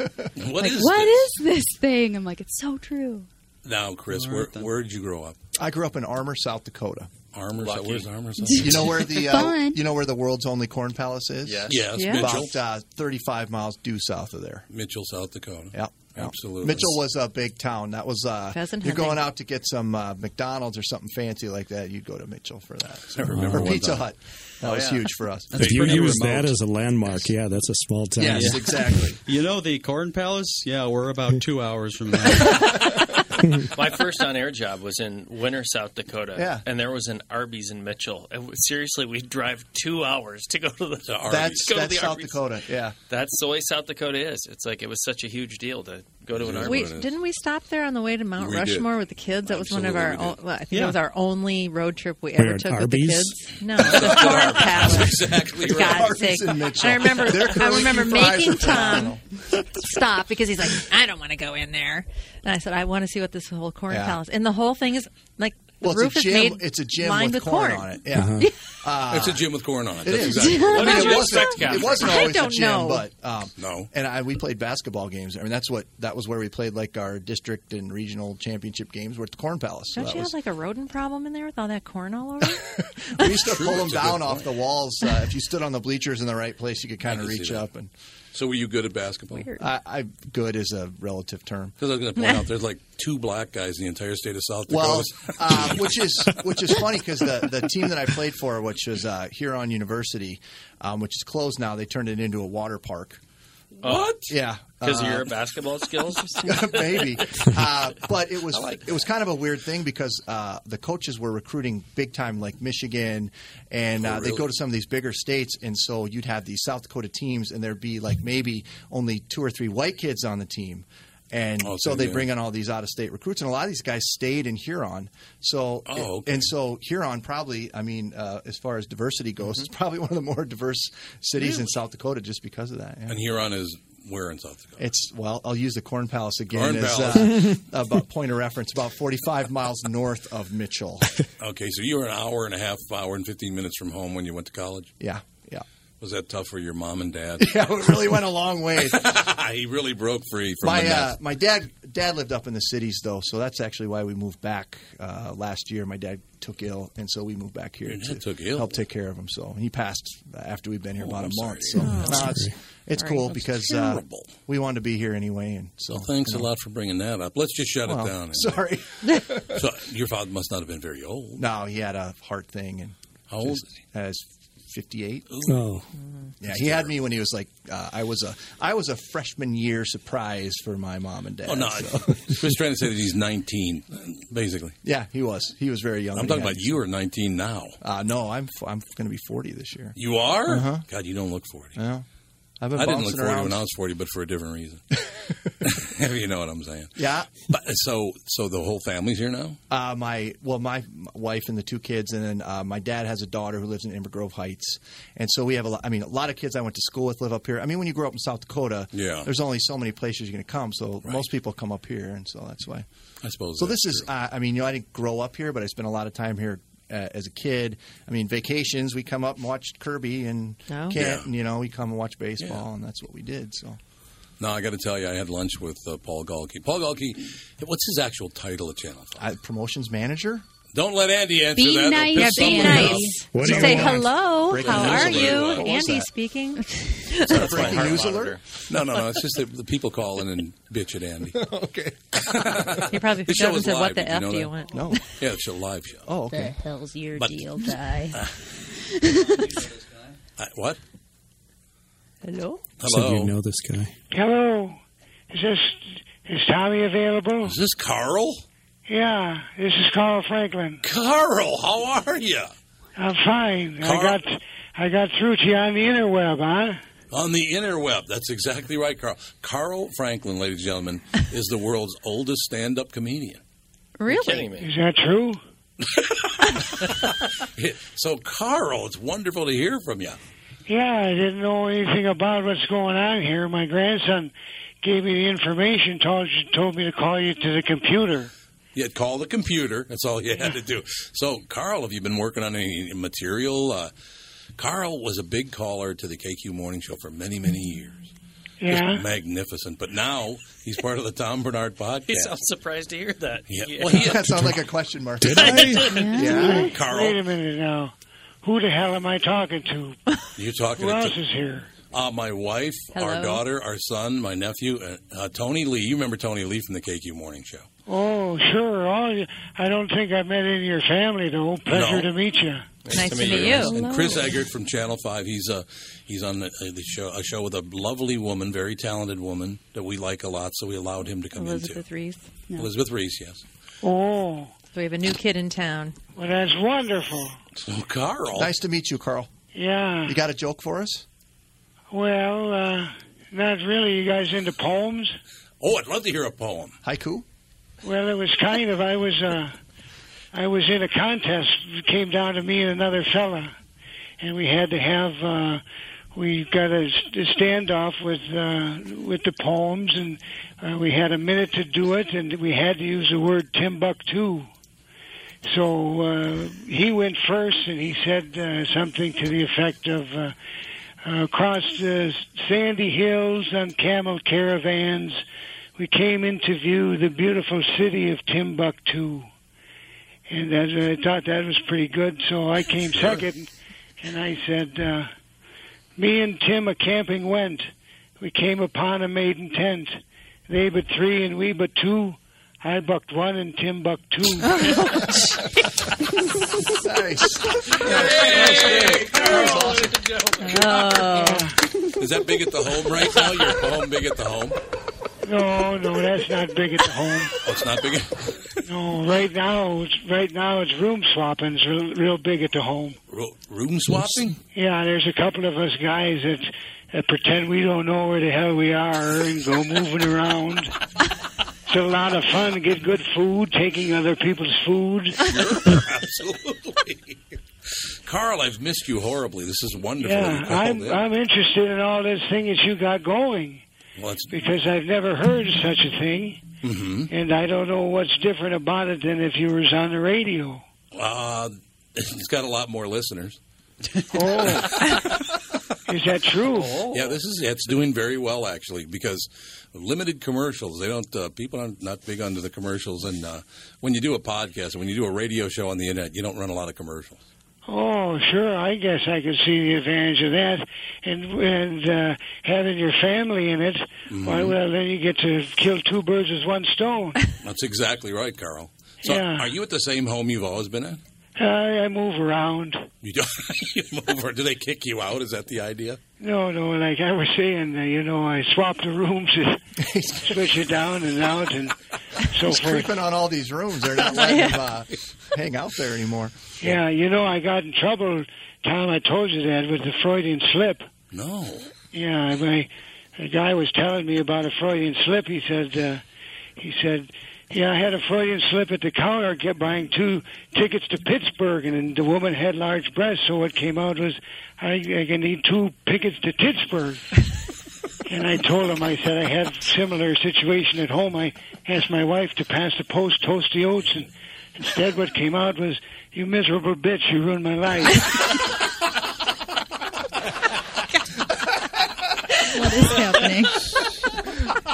like, is what this? is this thing? I'm like, it's so true. Now, Chris, where, where'd you grow up? I grew up in Armor, South Dakota. Armor, Lucky. where's Armor, South You know where the uh, Fun. you know where the world's only corn palace is? Yes. Yes, Yeah. Mitchell. about uh, thirty-five miles due south of there. Mitchell, South Dakota. Yep. Absolutely. Mitchell was a big town. That was uh, Pheasant you're going hunting. out to get some uh, McDonald's or something fancy like that. You'd go to Mitchell for that. I remember or one Pizza time. Hut. That Oh, was yeah. huge for us. if you use that as a landmark, yeah, that's a small town. Yes, exactly. You know the Corn Palace? Yeah, we're about two hours from that. My first on-air job was in Winter, South Dakota, Yeah. and there was an Arby's in Mitchell. And w- seriously, we'd drive two hours to go to the to Arby's. That's Go to that's the South Arby's. Dakota. Yeah. That's the way South Dakota is. It's like it was such a huge deal to go to an Arby's. We, didn't we stop there on the way to Mount We did. Rushmore with the kids? That was one of our. Absolutely, we o- did. well, I think Yeah. it was our only road trip we Where, ever at took Arby's? with the kids. No, the Corn Palace. exactly For right. God's Arby's sake. in Mitchell. I remember. Their I remember curly fries making are Tom stop because he's like, I don't want to go in there, and I said, I want to see what this whole corn Yeah. palace. And the whole thing is like the Well, roof it's a is gym. made It's a gym lined with, corn, on it. Yeah. Uh, it's a gym with corn on it. It Uh-huh. That's is. Exactly. I mean, it wasn't, it wasn't always I a don't gym, know. but um, no. And I we played basketball games. I mean, that's what that was where we played like our district and regional championship games. Were at the Corn Palace. So Don't that you have was, like a rodent problem in there with all that corn all over? we used to pull them down off the walls. Uh, if you stood on the bleachers in the right place, you could kind of can see reach that. up. And So were you good at basketball? I, I good is a relative term. Because I was going to point out, there's like two black guys in the entire state of South Well, Dakota. uh, which is which is funny because the, the team that I played for, which was uh, Huron University, um, which is closed now, they turned it into a water park. What? Yeah, Oh. Because Uh, of your basketball skills? maybe. Uh, but it was I like it was kind of a weird thing because uh, the coaches were recruiting big time, like Michigan, and uh, Oh, they really? go to some of these bigger states, and so you'd have these South Dakota teams, and there'd be like maybe only two or three white kids on the team. And Oh, so so they yeah. bring in all these out of state recruits, and a lot of these guys stayed in Huron. So Oh, okay. and so Huron probably, I mean, uh, as far as diversity goes, Mm-hmm. it's probably one of the more diverse cities in South Dakota just because of that. yeah. and Huron is where in South Dakota? It's well, I'll use the Corn Palace again Corn as Palace. Uh, about point of reference. About forty-five miles north of Mitchell. Okay, so you were an hour and a half, hour and 15 minutes from home when you went to college? Yeah, yeah. Was that tough for your mom and dad? Yeah, it really went a long way. he really broke free from my the uh, mess. my dad dad lived up in the cities though, so that's actually why we moved back uh, last year. My dad took ill, and so we moved back here Your to dad took ill? help take care of him. So he passed uh, after we've been here Oh, about a I'm month. So sorry. Oh, no, it's sorry. it's Sorry. cool That's because uh, terrible. we wanted to be here anyway, and so well, thanks you know. a lot for bringing that up. Let's just shut Well, it down. Sorry. so your father must not have been very old. No, he had a heart thing, and How old just- I was fifty-eight. Oh. Yeah, he had me when he was like uh, I was a I was a freshman year surprise for my mom and dad. Oh, no. so- Chris trying to say that he's 19, basically. yeah, he was. He was very young. I'm when talking he had about you are 19 now. me. Uh, no, I'm f- I'm going to be 40 this year. You are? Uh-huh. God, you don't look 40. Yeah. I've been I didn't bouncing look 40 around. when I was 40, but for a different reason. If you know what I'm saying. Yeah. But, so, so the whole family's here now? Uh, my well, my wife and the two kids, and then uh, my dad has a daughter who lives in Amber Grove Heights, and so we have a lot. I mean, a lot of kids I went to school with live up here. I mean, when you grow up in South Dakota, Yeah. there's only so many places you're going to come. So most people come up here, and so that's why. I suppose. So that's this is, uh, I mean, you know, I didn't grow up here, but I spent a lot of time here uh, as a kid. I mean, vacations, we come up and watch Kirby and Oh. Kent, Yeah. and you know, we come and watch baseball, and that's what we did. So No, I got to tell you, I had lunch with uh, Paul Galkey. Paul Galkey, what's his actual title at Channel Five? I, promotions manager. Don't let Andy answer Be that. nice, He'll Yeah, piss be someone nice. off. What Just do say you want? hello. Breaking how news are alert. you? What was Andy that? speaking. That's Breaking my heart news monitor. No, no, no. It's just that the people call in and bitch at Andy. okay. He probably forgot The show and is said, live. "What the Did f know do you that? want?" No. Yeah, it's a live show. Oh, The hell's your But- Uh, deal, guy? I, what? Hello. Hello. So you know this guy. Hello. Is this is Tommy available? Is this Carl? Yeah, this is Carl Franklin. Carl, Oh, how are you? I'm fine. I got I got through to you on the interweb, huh? On the interweb. That's exactly right, Carl. Carl Franklin, ladies and gentlemen, is the world's oldest stand-up comedian. Really? kidding me. Is that true? So, Carl, it's wonderful to hear from you. Yeah, I didn't know anything about what's going on here. My grandson gave me the information, told you, told me to call you to the computer. You had call the computer. That's all you had to do. So, Carl, have you been working on any material? Uh, Carl was a big caller to the KQ Morning Show for many, many years. Yeah. Just magnificent. But now he's part of the Tom Bernard podcast. He sounds surprised to hear that. Yeah. Well, he- that sounds like a question mark. Did I? Yeah. Wait a minute now. Who the hell am I talking to? You talking? Who to- else is here? Uh, my wife, our Hello. daughter, our son, my nephew, uh, uh, Tony Lee. You remember Tony Lee from the KQ Morning Show? Oh, sure. All you, I don't think I've met any of your family, though. Pleasure No. to meet you. Nice And Chris Eggert from Channel Five. He's uh, he's on the, uh, the show a show with a lovely woman, very talented woman that we like a lot. So we allowed him to come into. Elizabeth Reese. No. Elizabeth Reese, yes. Oh. So we have a new kid in town. Well, that's wonderful. So Carl, Nice to meet you, Carl. Yeah. You got a joke for us? Well, uh, not really. You guys into poems? Oh, I'd love to hear a poem. Haiku? Well, it was kind of. I was uh, I was in a contest. It came down to me and another fella, and we had to have. Uh, we got a, a standoff with uh, with the poems, and uh, we had a minute to do it, and we had to use the word Timbuktu. So uh, he went first, and he said uh, something to the effect of. Uh, uh, across the sandy hills on camel caravans, we came into view the beautiful city of Timbuktu. And that, I thought that was pretty good, so I came second, and I said, uh, Me and Tim a camping went. We came upon a maiden tent. They but three and we but two. I bucked one and Tim bucked two. Oh, Is that big at the home right now? Your poem big at the home? No, no, that's not big at the home. Oh, it's not big. At- No, right now, it's, right now it's room swapping. It's real, real big at the home. Ro- room swapping? Yeah, there's a couple of us guys that, that pretend we don't know where the hell we are and go moving around. It's a lot of fun. Get good food, taking other people's food. Absolutely. Carl, I've missed you horribly. This is wonderful. that Yeah, you called I'm in. I'm interested in all this thing that you got going Well, it's- because I've never heard of such a thing, Mhm. and I don't know what's different about it than if you was on the radio. Uh, it's got a lot more listeners. Oh. Is that true? Yeah, this is it's doing very well actually because limited commercials. They don't uh, people aren't not big onto the commercials, and uh, when you do a podcast, when you do a radio show on the internet, you don't run a lot of commercials. Oh, sure. I guess I could see the advantage of that, and and uh, having your family in it. Why, Mm-hmm. well, then you get to kill two birds with one stone. That's exactly right, Carl. So, Yeah. are you at the same home you've always been at? I, I move around. You don't. you move, or do they kick you out? Is that the idea? No, no. Like I was saying, uh, you know, I swap the rooms, and switch it down and out, and so He's forth. creeping on all these rooms. They're not letting him uh, hang out there anymore. Yeah, you know, I got in trouble, Tom. I told you that with the Freudian slip. No. Yeah, my a guy was telling me about a Freudian slip. He said, uh, he said, yeah, I had a Freudian slip at the counter, get buying two tickets to Pittsburgh, and, the woman had large breasts. So what came out was, I, I can need two tickets to Pittsburgh. and I told him, I said, I had similar situation at home. I asked my wife to pass the post, toast the oats, and instead what came out was, you miserable bitch, you ruined my life. What is happening?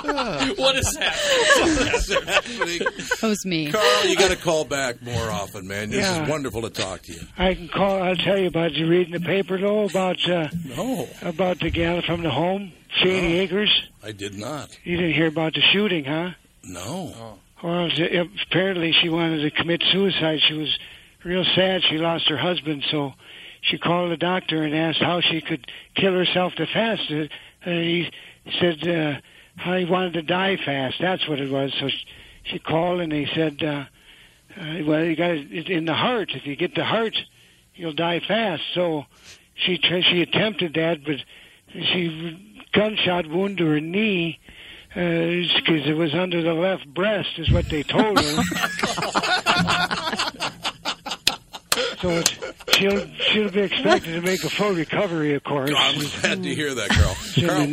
what is happening? That was me. Carl, you got to call back more often, man. This Yeah. is wonderful to talk to you. I can call. I'll tell you about you reading the paper though about uh, no. about the gal from the home, Shady Acres. I did not. You didn't hear about the shooting, huh? Oh. No. Well, she- apparently she wanted to commit suicide. She was real sad. She lost her husband, so she called the doctor and asked how she could kill herself to fast. Uh, he said uh, how he wanted to die fast. That's what it was. So she, she called and they said, uh, uh, "Well, you got it in the heart. If you get the heart, you'll die fast." So she tr she attempted that, but she gunshot wound to her knee because it was under the left breast, is what they told her. so it, she'll she'll be expected to make a full recovery, of course. I'm glad to hear that, Carl. Carl,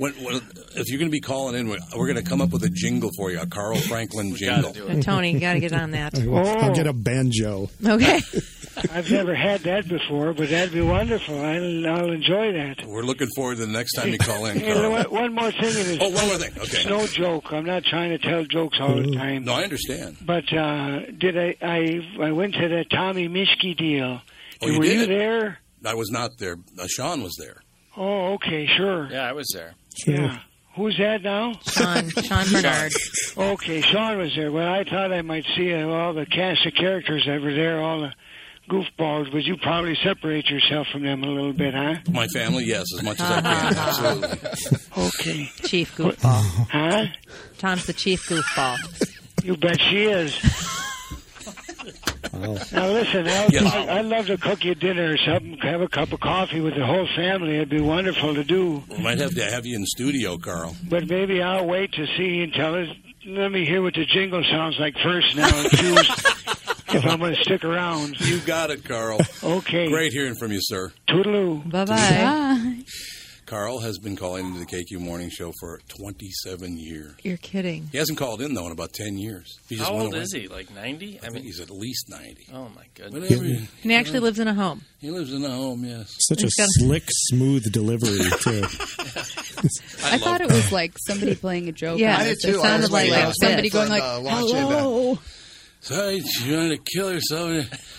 when, when, if you're going to be calling in, we're going to come up with a jingle for you, a Carl Franklin jingle. Uh, Tony, you got to get on that. I will- I'll get a banjo. Okay. I've never had that before, but that'd be wonderful. I'll, I'll enjoy that. We're looking forward to the next time you call in, Hey, Carl. one- one more thing. It is, Oh, one more thing. Okay. Mm-hmm. It's no joke. I'm not trying to tell jokes all the time. No, I understand. But uh, did I, I? I went to that Tommy Mishke deal. Oh, you Were did you it? there? I was not there. Uh, Sean was there. Oh, okay, sure. Yeah, I was there. Yeah. Who's that now? Sean. Sean Bernard. okay, Sean was there. Well, I thought I might see uh, all the cast of characters that were there, all the goofballs, but you probably separate yourself from them a little bit, huh? My family, yes, as much as I can. Absolutely. Okay. Chief goofball. Huh? Tom's the chief goofball. You bet she is. Now listen, I would, Yes. I'd love to cook you dinner or something, have a cup of coffee with the whole family. It'd be wonderful to do. We might have to have you in studio, Carl. But maybe I'll wait to see and tell us. Let me hear what the jingle sounds like first now and choose if I'm going to stick around. You got it, Carl. Okay. Great hearing from you, sir. Toodaloo. Bye-bye. Carl has been calling into the KQ Morning Show for 27 years. You're kidding. He hasn't called in, though, in about 10 years. He just How went old away. is he? Like 90? I, mean, he's at least 90. Oh, my goodness. Whatever. And And he actually lives in a home. He lives in a home, yes. Such a He's got- slick, smooth delivery too. I, thought it was like somebody playing a joke. Yeah, on I us. did too. It I sounded was like, waiting. somebody I was going like, "Oh." waiting for, uh, launch into- "Hello." Sorry, trying to kill herself.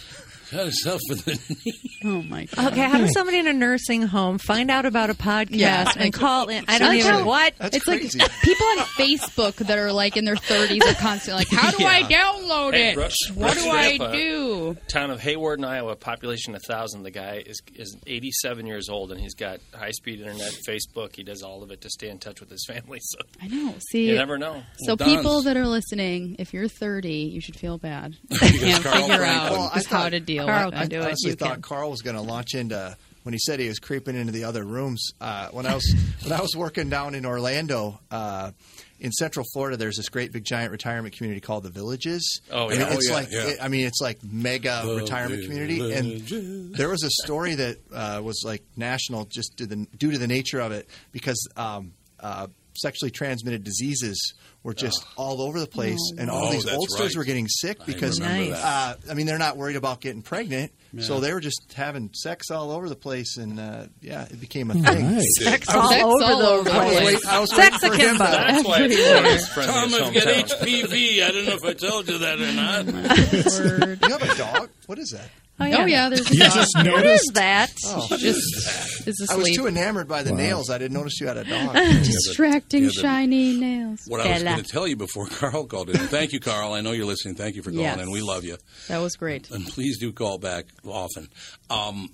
Cut herself with the Oh my god. Okay, how does somebody in a nursing home find out about a podcast Yeah. and call in? I don't That's even how- what. it's like people on Facebook that are like in their 30s are constantly like, "How do I Yeah. download Hey, it? Rush- what Rush do I Grandpa. do?" Town of Hayward in Iowa, population 1,000. The guy is, is 87 years old, and he's got high-speed internet, Facebook. He does all of it to stay in touch with his family. So I know. See, You never know. So Well, Don's- people that are listening, if you're 30, you should feel bad. Because and Carl figure out Franklin- just how to deal with it. I honestly thought Carl was going to launch into when he said he was creeping into the other rooms. Uh, when I was when I was working down in Orlando. Uh, in Central Florida, there's this great big giant retirement community called the Villages. Oh, I mean, yeah. Oh, it's yeah, like yeah. It, I mean, it's like mega The retirement community. And there was a story that uh, was like national just due, the, due to the nature of it because um, uh, sexually transmitted diseases were just all over the place, Oh, and all wow. these Oh, that's oldsters right. were getting sick I because remember that. uh, I mean, they're not worried about getting pregnant, Yeah. so they were just having sex all over the place, and uh, yeah, it became a thing. Nice. Sex I was- all I was over the waiting- I was place. waiting- I was Sex waiting for him akimbo. to- That's why it's Everywhere. always friends Oh, in his Tom has got hometown. HPV. I don't know if I told you that or not. you have a dog? What is that? Oh, yeah. there's a You dog. just What is noticed? that? Oh. just is I was asleep. too enamored by the Wow. nails. I didn't notice you had a dog. Ah, Distracting Yeah, the- shiny nails. What I was going to tell you before Carl called in. Thank you, Carl. I know you're listening. Thank you for calling Yes. in. We love you. That was great. And please do call back often. Um,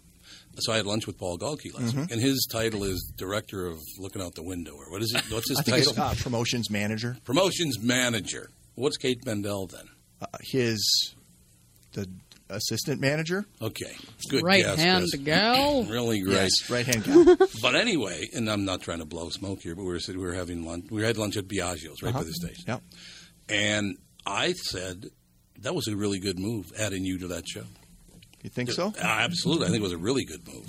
so I had lunch with Paul Galkey last Mhm. week, and his title is director of looking out the window, or what is it? What's his I think title? it's uh, promotions manager. Promotions manager. What's Kate Bendel then? Uh, his the assistant manager. Okay, good Right guess, hand Chris. gal. really great. Yes, right hand gal. but anyway, and I'm not trying to blow smoke here, but we were sitting- we were having lunch. We had lunch at Biagio's right Uh-huh. by the station. Yep. And I said that was a really good move adding you to that show. Uh, You think so? Absolutely, I think it was a really good move.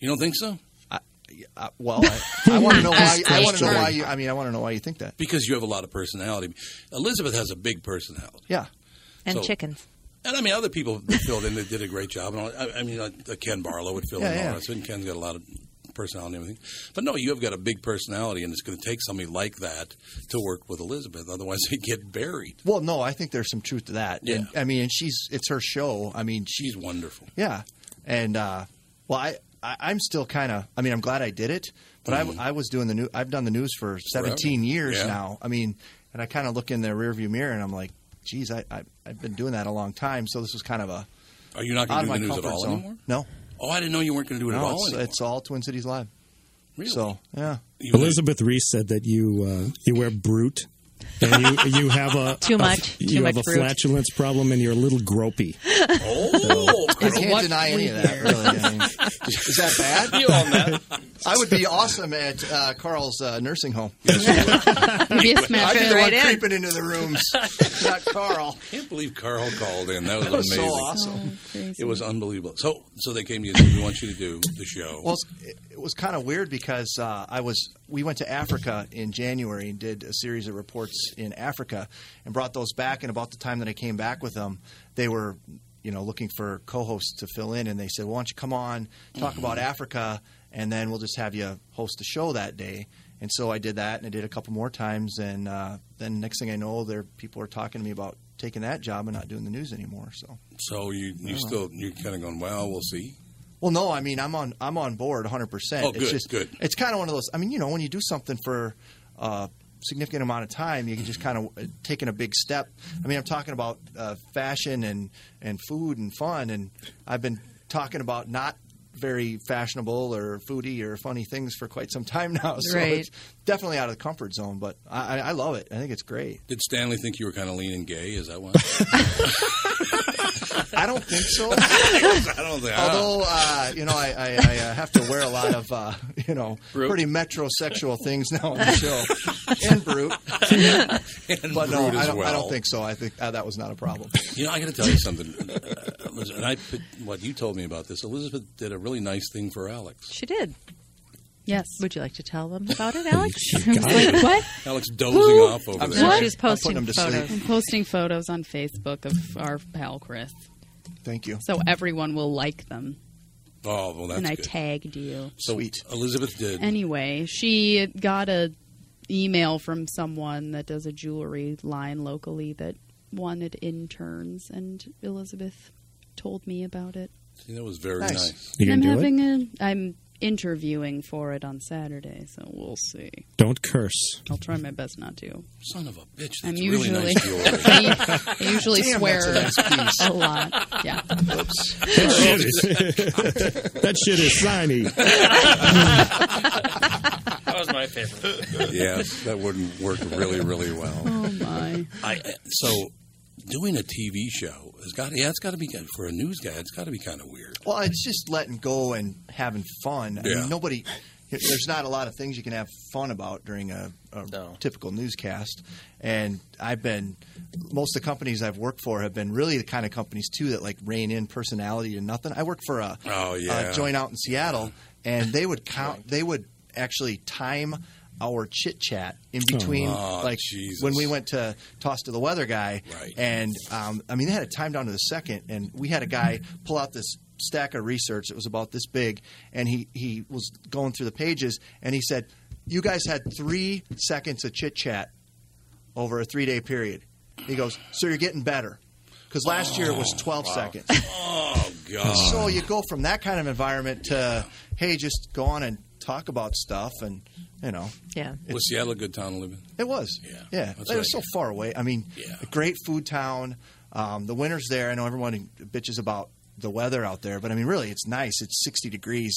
You don't think so? Uh, well, I, I want to know why. I want to know Question. why you. I mean, I want to know why you think that. Because you have a lot of personality. Elizabeth has a big personality. Yeah. And So- chickens. And I mean, other people that filled in that did a great job. And all, I, I mean, like, uh, Ken Barlow would fill Yeah, in all yeah. that. So and Ken's got a lot of personality and everything. But no, you have got a big personality, and it's going to take somebody like that to work with Elizabeth. Otherwise, they get buried. Well, no, I think there's some truth to that. And, I mean, and she's it's her show. I mean, she's wonderful. Yeah, and uh, well, I, I I'm still kind of. I mean, I'm glad I did it, but Mhm. I I was doing the new. I've done the news for 17 Forever. years Yeah. now. I mean, and I kind of look in the rearview mirror and I'm like, geez, I, I I've been doing that a long time. So this was kind of a. Are you not going out of to my do the news at comfort all zone. anymore? No. Oh, I didn't know you weren't going to do it no, at all. It's, anymore. it's all Twin Cities Live. Really? So yeah. Elizabeth Reese said that you uh, you wear brute. And you, you have a Too a- much. you Too have much a brute. flatulence problem, and you're a little gropey. Oh, I can't deny any of that. Really. I mean, is that bad? You own that. I would be awesome at uh, Carl's uh, nursing home. You'd be a I'd smash be hit. the one Right in. creeping into the rooms, not Carl. can't believe Carl called in. That was, That was so amazing. awesome. It was unbelievable. So, so they came to you. and said, We want you to do the show. Well, it's- it was kind of weird because uh, I was we went to Africa in January and did a series of reports in Africa and brought those back. And about the time that I came back with them, they were you know looking for co-hosts to fill in, and they said, well, "Why don't you come on talk Mhm. about Africa, and then we'll just have you host the show that day." And so I did that, and I did a couple more times, and uh, then next thing I know, there people are talking to me about taking that job and not doing the news anymore. So. so you you Oh. still you're kind of going. Well, we'll see. Well, no, I mean I'm on I'm on board 100. percent Oh, good, It's just, good. It's kind of one of those. I mean, you know, when you do something for a significant amount of time, you can just kind of taking a big step. I mean, I'm talking about uh, fashion and and food and fun, and I've been talking about not very fashionable or foodie or funny things for quite some time now. So Right. it's definitely out of the comfort zone, but I, I I love it. I think it's great. Did Stanley think you were kind of lean and gay? Is that why? I don't think so. I don't think. I don't- Although uh, you know, I, I, I uh, have to wear a lot of uh, you know Brute. pretty metrosexual things now on the show, and brute. but no, brute I as don't. I well. don't think so. I think uh, that was not a problem. You know, I got to tell you something. Uh, listen, and I put what you told me about this. Elizabeth did a really nice thing for Alex. She did. Yes. Would you like to tell them about it, Alex? I was got like, it. what? Alex dozing Who? off over there. No, What? she's I'll put posting him to photos. I'm posting photos on Facebook of our pal Chris, Thank you. so everyone will like them. Oh, well, that's and I good. tagged you. So Elizabeth did. Anyway, she got a email from someone that does a jewelry line locally that wanted interns, and Elizabeth told me about it. See, that was very Nice. nice. I'm having a. I'm interviewing for it on Saturday, so we'll see. Don't curse. I'll try my best not to. Son of a bitch! I'm that's really usually nice jewelry. I usually Damn, swear that's a nice piece. a lot. Yeah. That shit is, that shit is signy. That was my favorite. yes, that wouldn't work really, really well. Oh my. I I- so doing a TV show has got yeah, it's got to be good for a news guy. It's got to be kind of weird. Well, it's just letting go and having fun. I Yeah. mean, nobody. There's not a lot of things you can have fun about during a, a typical newscast, and I've been most of the companies I've worked for have been really the kind of companies too that like rein in personality and nothing. I work for a Oh uh, joint out in Seattle, and they would count. They would actually time our chit chat in between, Oh, like Jesus. when we went to toss to the weather guy, and um, I mean they had it timed down to the second, and we had a guy pull out this stack of research that was about this big, and he he was going through the pages, and he said, "You guys had three seconds of chit chat over a three day period." He goes, "So you're getting better." Because last year it was Oh, 12 wow. seconds. Oh God! So you go from that kind of environment to, hey, just go on and talk about stuff, and you know, Yeah. was Seattle a good town to live in? it was, Yeah, yeah. that's It was right. so far away. I mean, a great food town. Um, the winter's there. I know everyone bitches about the weather out there, but I mean, really, it's nice. It's 60 degrees,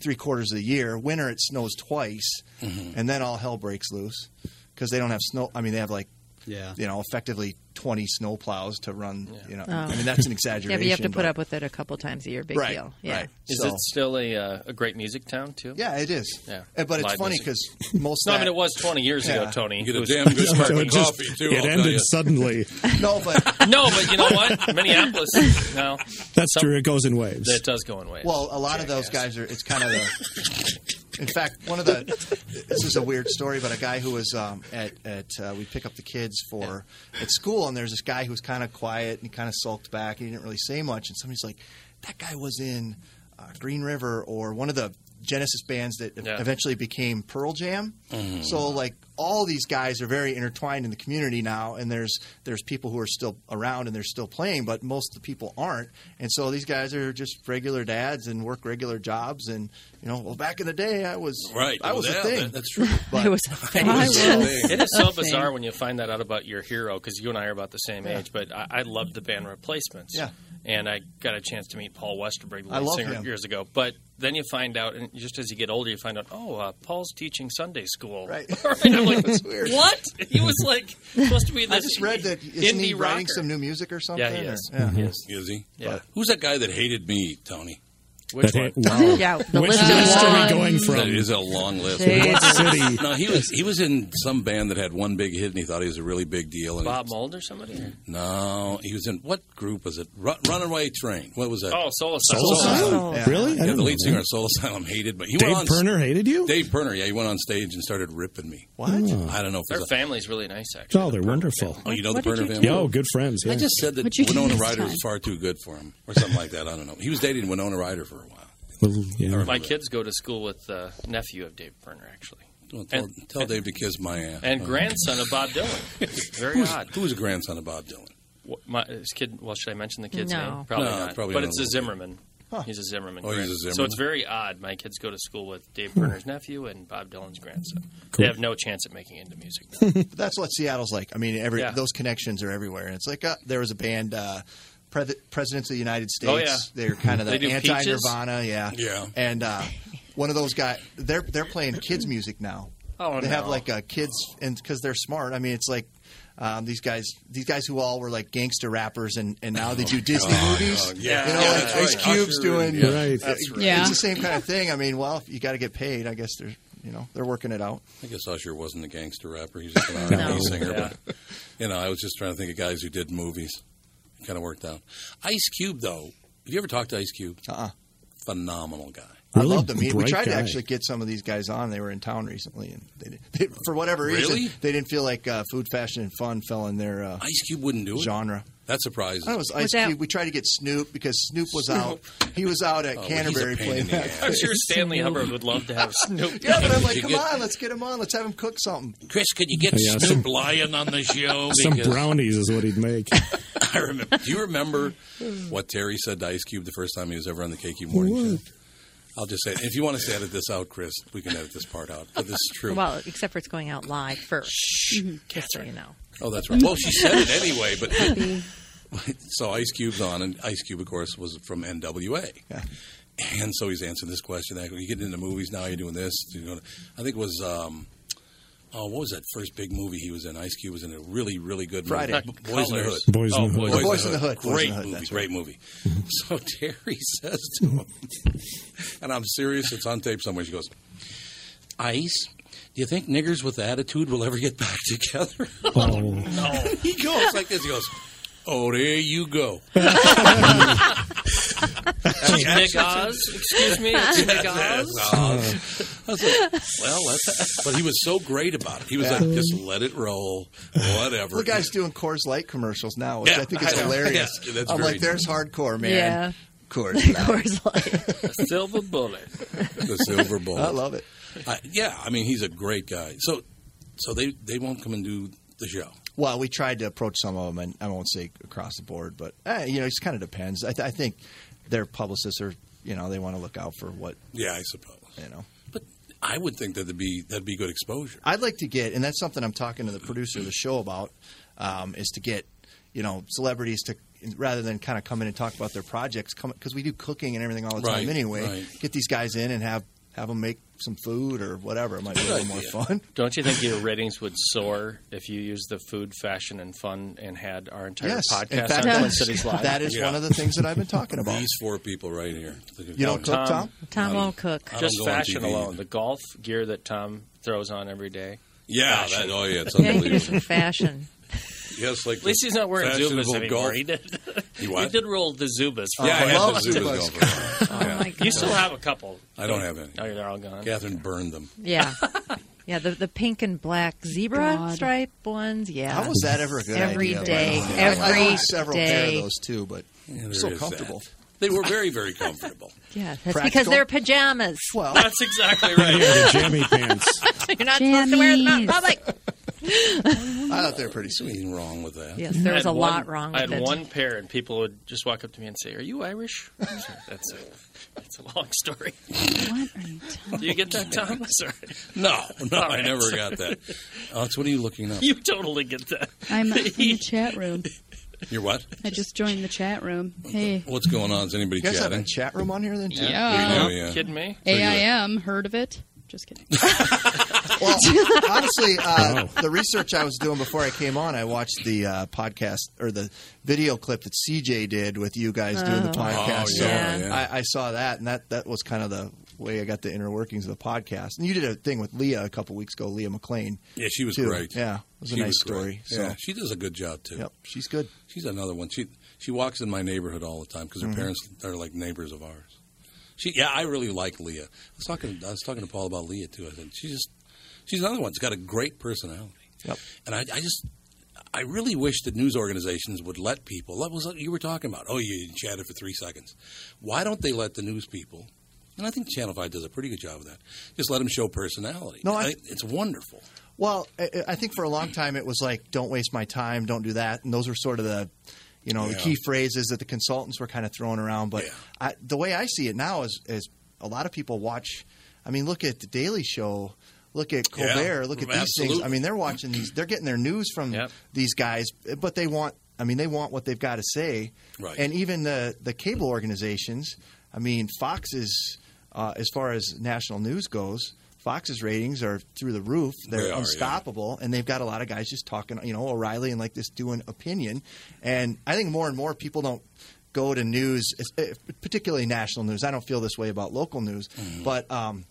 three quarters of the year. Winter, it snows twice, Mm-hmm. and then all hell breaks loose because they don't have snow. I mean, they have like. Yeah. You know, effectively 20 snow plows to run, you know. Oh. Um, I mean, that's an exaggeration. Yeah, but you have to put but- up with it a couple times a year. Big Right, deal. Yeah. right. Is So- it still a, uh, a great music town too? Yeah, it is. Yeah, Uh, but it's Live funny music. because most. No, I that- mean it was 20 years ago, Tony. You get It a was- damn good So sparkling it just coffee too. it I'll tell ended you. suddenly. No, but no, but you know what? Minneapolis. No, That's true. It goes in waves. uh, that does go in waves. Well, a lot of those guys are. It's kind of the. In fact, one of the. This is a weird story, but a guy who was um, at at uh, we pick up the kids for at school, and there's this guy who was kind of quiet and he kind of sulked back and he didn't really say much, and somebody's like, that guy was in uh, Green River or one of the Genesis bands that Yeah. eventually became Pearl Jam. Mm. Mhm. So like all these guys are very intertwined in the community now, and there's there's people who are still around and they're still playing, but most of the people aren't. And so these guys are just regular dads and work regular jobs, and you know, well back in the day I was Right. I Well, was yeah, a thing. that- that's true. But- It was a thing. I was It is so a thing. bizarre when you find that out about your hero because you and I are about the same Yeah. age. But I, I loved the band Replacements. Yeah. And I got a chance to meet Paul Westerberg, the I lead love singer, him. years ago. But then you find out, and just as you get older, you find out, oh, uh, Paul's teaching Sunday school. Right. I'm like, That's weird. What? He was like supposed to be I this just read that isn't indie he writing rocker. Mm-hmm. Mm-hmm. some new music or something? Yeah, he or- is. yeah. Is he? Yeah. Who's that guy that hated me, Tony? Which one? That- wow. Yeah, the Which list is list are we long. going from? That is a long list. What city? No, he was he was in some band that had one big hit, and he thought he was a really big deal. And he- Bob Mold or somebody? no, he was in what group was it? Ru- Runaway Train. What was that? Oh, Soul Asylum. Soul Asylum? Yeah. Really? I Yeah, didn't the know lead that. singer of Soul Asylum hated, but he Dave went on Perner hated you. Dave Perner, yeah, he went on stage and started ripping me. What? I don't know. If it Their was a- family's really nice, actually. Oh, they're wonderful. Oh, you know the What did Perner you family? do? Yeah, oh, good friends. Yeah. I just said that What'd you do Winona this Ryder was time? far too good for him, or something like that. I don't know. He was dating Winona Ryder for a while. Well, yeah. My kids go to school with the nephew of Dave Berner, actually. Well, tell, And- tell Dave to kiss my ass. and Oh. grandson of Bob Dylan. Very Who's- odd. Who was a grandson of Bob Dylan? Wh- My, this kid, well, should I mention the kid's No. name? Probably No, not. probably but not. it's a Zimmerman. He's a Zimmerman. Oh, he's a grand- So Zimmerman. it's very odd. My kids go to school with Dave Berner's nephew and Bob Dylan's grandson. They have no chance at making it into music. But that's what Seattle's like. I mean, every Yeah. those connections are everywhere, and it's like uh, there was a band. Uh, Pre- Presidents of the United States. Oh, yeah. They're kind of the They do anti peaches? Nirvana, yeah. Yeah. And uh, one of those guys, they're they're playing kids music now. Oh, they have no. like a kids, and because they're smart. I mean, it's like um, these guys, these guys who all were like gangster rappers, and, and now they do Oh, Disney God. movies. Yeah. you know, Yeah, like that's Ice right. Cube's Usher doing. and- yeah. Right. That's right. It's Yeah. the same kind of thing. I mean, well, if you got to get paid. I guess they're you know they're working it out. I guess Usher wasn't a gangster rapper. He's just an R&B No. singer. Yeah. But, you know, I was just trying to think of guys who did movies. It kind of worked out. Ice Cube, though. Have you ever talked to Ice Cube? Uh-uh. Phenomenal guy. I love them. We tried to actually get some of these guys on. They were in town recently, and they, did, they for whatever reason, Really? they didn't feel like uh, food, fashion, and fun fell in their uh, Ice Cube wouldn't do it. genre. That surprises I don't know, it was Ice Cube. We tried to get Snoop because Snoop was out. He was out at Oh, well, he's a Canterbury pain playing in the that. ass. I'm sure Stanley Hubbard would love to have Snoop. Yeah, but I'm You like, come get- on, let's get him on. Let's have him cook something. Chris, could you get Oh, yeah, Snoop some- Lion on the show? Some Because brownies is what he'd make. uh, I remember. Do you remember what Terry said to Ice Cube the first time he was ever on the KQ Morning Show? I'll just say it. If you want us to edit this out, Chris, we can edit this part out. But this is true. Well, except for it's going out live first. Catherine. You know. Oh, that's right. Well, she said it anyway, but so Ice Cube's on, and Ice Cube, of course, was from NWA. And so he's answering this question. That you get into movies now, you're doing this. You know, I think it was um, oh, what was that first big movie he was in? Ice Cube was in a really, really good Friday. movie. B- Boys in the Hood. Colours. Boys in Oh, the Hood. Boys, Boys in the Hood. Boys in Great the Hood, movie. that's Great movie. So Terry says to him, and I'm serious. It's on tape somewhere. She goes, Ice. Do you think niggers with attitude will ever get back together? Oh. no. he goes like this. He goes, "Oh, there you go." Nick Oz? Excuse me, it's Yeah, Nick Oz? that's Oz. I was like, well, that's, but he was so great about it. He was Yeah. like, "Just let it roll, whatever." The guy's doing Coors Light commercials now, which Yeah, I think is I know. hilarious. Yeah, that's I'm very like, there's hardcore, man. Yeah. Coors Light. A silver bullet. the silver bullet. I love it. I- yeah, I mean, he's a great guy. So, so they they won't come and do the show. Well, we tried to approach some of them, and I won't say across the board, but eh, you know, it kind of depends. I, th- I think their publicists are, you know, they want to look out for what Yeah, I suppose. you know. I would think that'd be that'd be good exposure. I'd like to get, and that's something I'm talking to the producer of the show about, um, is to get, you know, celebrities to rather than kind of come in and talk about their projects, come because we do cooking and everything all the time Right, anyway. right. Get these guys in and have have them make some food or whatever. It might be a little more fun. Don't you think your ratings would soar if you used the food, fashion, and fun and had our entire Yes, in podcast fact, on Twin that's- Cities Live? that is one of the things that I've been talking about. These four people right here. You don't cook, Tom? Tom Um, won't cook. I don't Just go on fashion TV alone. either. The golf gear that Tom throws on every day. Yeah, Fashion. that, oh yeah, it's Yeah, he did unbelievable. some fashion. yes, like At least he's not wearing Zubas fashionable anymore. golf. He did. He what? did roll the Zubas. for Yeah, I a had while. the Zubas golf ball. Oh, my You God. still have a couple. I don't have any. Oh, they're all gone. Catherine burned them. Yeah. Yeah, the, the pink and black zebra God. stripe ones. Yeah. How was that ever a good Every idea? day, Wow. I, I every own several pair day. of those too, but Yeah, there so is that. comfortable. They were very, very comfortable. Yeah, that's because Practical? they're pajamas. Well, That's exactly right. yeah, the jammy pants. you're not supposed to wear them out in public. I thought they were pretty sweet. Anything wrong with that? Yes, there I was had a one- lot wrong I with had it. one pair, and people would just walk up to me and say, "Are you Irish?" I said, that's a that's a long story. What are you talking Do you get that, Tom? Sorry, No, no, All I right, never sorry. got that. Alex, what are you looking up? You totally get that. I'm in the chat room. You're what? I just joined the chat room. Hey. What's going on? Is anybody You guys have chatting? a chat room on here then? Yeah. We do, yeah. Kidding me? AIM, heard of it? Just kidding. Well, honestly, uh, Oh. the research I was doing before I came on, I watched the uh, podcast or the video clip that CJ did with you guys doing the Oh. Oh, podcast. yeah, so yeah. I, I saw that, and that that was kind of the way I got the inner workings of the podcast. And you did a thing with Leah a couple weeks ago, Leah McLean. Yeah, she was too. great. Yeah, it was a She nice great. story. Yeah, So she does a good job too. Yep, she's good. She's another one. She she walks in my neighborhood all the time because her Mhm. parents are like neighbors of ours. She yeah, I really like Leah. I was talking I was talking to Paul about Leah too. I said she's just she's another one. She's got a great personality. Yep. And I, I just I really wish that news organizations would let people. That was what you were talking about. Oh, you chatted for three seconds. Why don't they let the news people? And I think Channel Five does a pretty good job of that. Just let them show personality. No, I- I, it's wonderful. Well, I, I think for a long time it was like, "Don't waste my time," "Don't do that," and those were sort of the, you know, the Yeah. key phrases that the consultants were kind of throwing around. But I, the way I see it now is, is a lot of people watch. I mean, look at the Daily Show. Look at Yeah, Colbert. look at these things. I absolutely. mean, they're watching these. They're getting their news from these guys, but they want. I mean, they want what they've got to say. Right. And even the the cable organizations. I mean, Fox is, uh, as far as national news goes, Fox's ratings are through the roof. They're They are, yeah. unstoppable, and they've got a lot of guys just talking. You know, O'Reilly and like this doing opinion. And I think more and more people don't go to news, eh, particularly national news. I don't feel this way about local news, Mm-hmm. but. Um,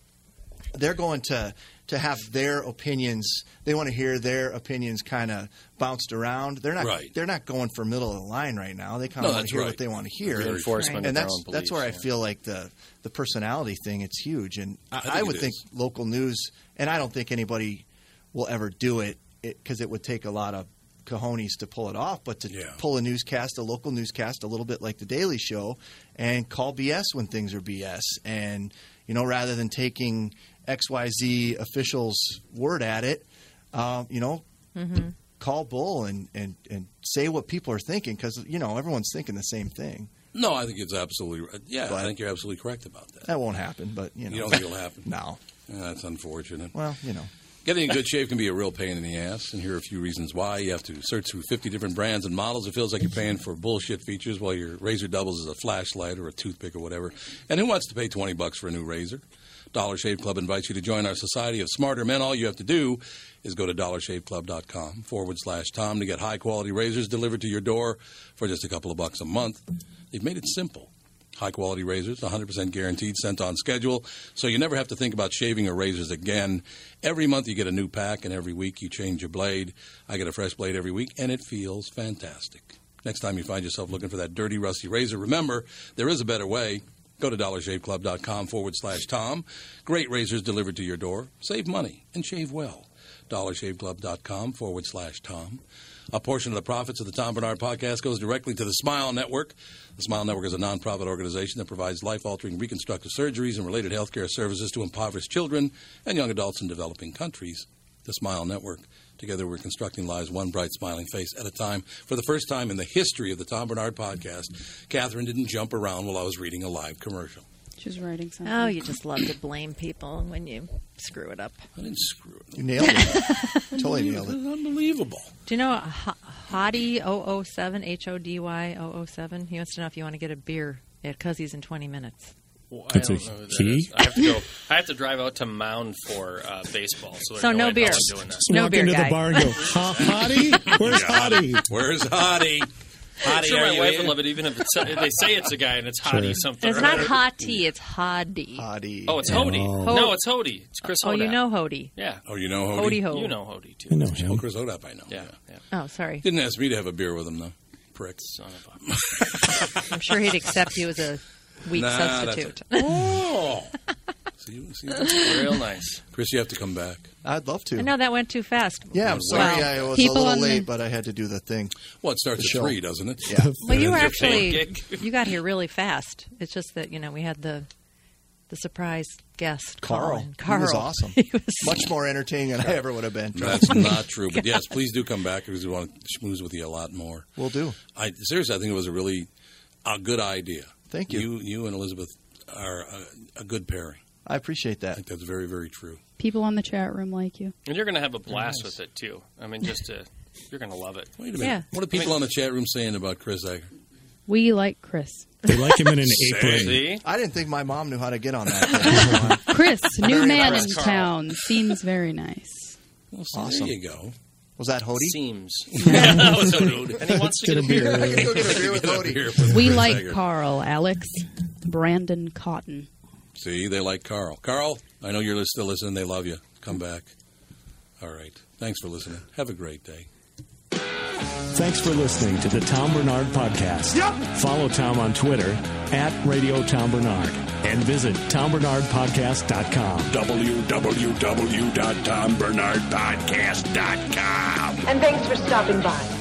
they're going to to have their opinions. They want to hear their opinions kind of bounced around. They're not Right. they're not going for middle of the line right now. They kind No, of want that's to hear right. what they want to hear. The enforcement of and their that's own that's where I beliefs, feel like the the personality thing. It's huge, and I, I I, think it would think is. local news, and I don't think anybody will ever do it because it, would take a lot of cojones to pull it off. But to pull a newscast, a local newscast, a little bit like the Daily Show, and call BS when things are BS, and you know rather than taking X Y Z officials' word at it, um, you know Mm-hmm. call bull and and and say what people are thinking because you know everyone's thinking the same thing. No, I think it's absolutely. right. Yeah, But- I think you're absolutely correct about that. That won't happen, but you know don't think it'll happen? No. Yeah, that's unfortunate. Well, you know. Getting in good shape can be a real pain in the ass, and here are a few reasons why. You have to search through 50 different brands and models. It feels like you're paying for bullshit features while your razor doubles as a flashlight or a toothpick or whatever. And who wants to pay 20 bucks for a new razor? Dollar Shave Club invites you to join our society of smarter men. All you have to do is go to dollarshaveclub.com forward slash Tom to get high quality razors delivered to your door for just a couple of bucks a month. They've made it simple. High quality razors, 100% guaranteed, sent on schedule, so you never have to think about shaving your razors again. Every month you get a new pack, and every week you change your blade. I get a fresh blade every week, and it feels fantastic. Next time you find yourself looking for that dirty, rusty razor, remember there is a better way. Go to dollarshaveclub.com forward slash Tom. Great razors delivered to your door. Save money and shave well. Dollarshaveclub.com forward slash Tom. A portion of the profits of the Tom Bernard podcast goes directly to the Smile Network. The Smile Network is a nonprofit organization that provides life altering reconstructive surgeries and related healthcare services to impoverished children and young adults in developing countries. The Smile Network. Together, we're constructing lives one bright, smiling face at a time. For the first time in the history of the Tom Bernard podcast, Catherine didn't jump around while I was reading a live commercial. She's writing something. Oh, you just love to blame people when you screw it up. I didn't screw it. You nailed it. totally nailed it. Unbelievable. Do you know H- Hottie 007, H O D Y 007? He wants to know if you want to get a beer at Cuzzies in 20 minutes. Well, That's I don't a know who that he? is. I have to go. I have to drive out to Mound for uh, baseball. So, there's So no way in beer. hell I'm doing that. Just walk into the bar and go, "Ha- Hottie? Where's Hottie? Where's Hottie? Hottie, sure, are my you wife in? would love it, even if, it's, if they say it's a guy and it's Hottie Sure. something. It's or not other. Hottie, it's Hodie. Hottie. Oh, it's Hody. Oh. No, it's Hody. It's Chris Oh, Hoda. you know Hody. Yeah. Oh, you know Hody Hody? Ho. You know Hody, too. I know him. Chris Odup, I know. Yeah. Oh, sorry. Didn't ask me to have a beer with him, though. Prick. Son of a... I'm sure he'd accept you as a weak Nah, that's- substitute. Oh. see, see, Real nice. Chris, you have to come back. I'd love to. I know that went too fast. Yeah, I'm sorry I was a little late, but I had to do the thing. Well, it starts The at show. three, doesn't it? Yeah. Well, you were actually you got here really fast. It's just that you know we had the the surprise guest Carl. Colin. Carl He was awesome. He was- Much more entertaining than I ever would have been. No, That's not true. But yes, please do come back because we want to schmooze with you a lot more. We'll do. I seriously, I think it was a really a good idea. Thank you. You, you and Elizabeth are a, a good pairing. I appreciate that. I think that's very, very true. People on the chat room like you. And you're going to have a blast with it too. I mean, just to, you're going to love it. Wait a minute. What are people on the chat room saying about Chris Egger? We like Chris. They like him in an See? apron. I didn't think my mom knew how to get on that. Chris, new Very man in impressed. town. Seems very nice. awesome. There you go. Was that Hody? Seems. That was Hody. And he wants to get a beer. I can go get a beer with Hody. We like Carl, Alex. Brandon Cotton. See, they like Carl. Carl, I know you're still listening. They love you. Come back. All right. Thanks for listening. Have a great day. Thanks for listening to the Tom Bernard Podcast. Yep. Follow Tom on Twitter at Radio Tom Bernard and visit TomBernardPodcast.com. www.tombernardpodcast.com. And thanks for stopping by.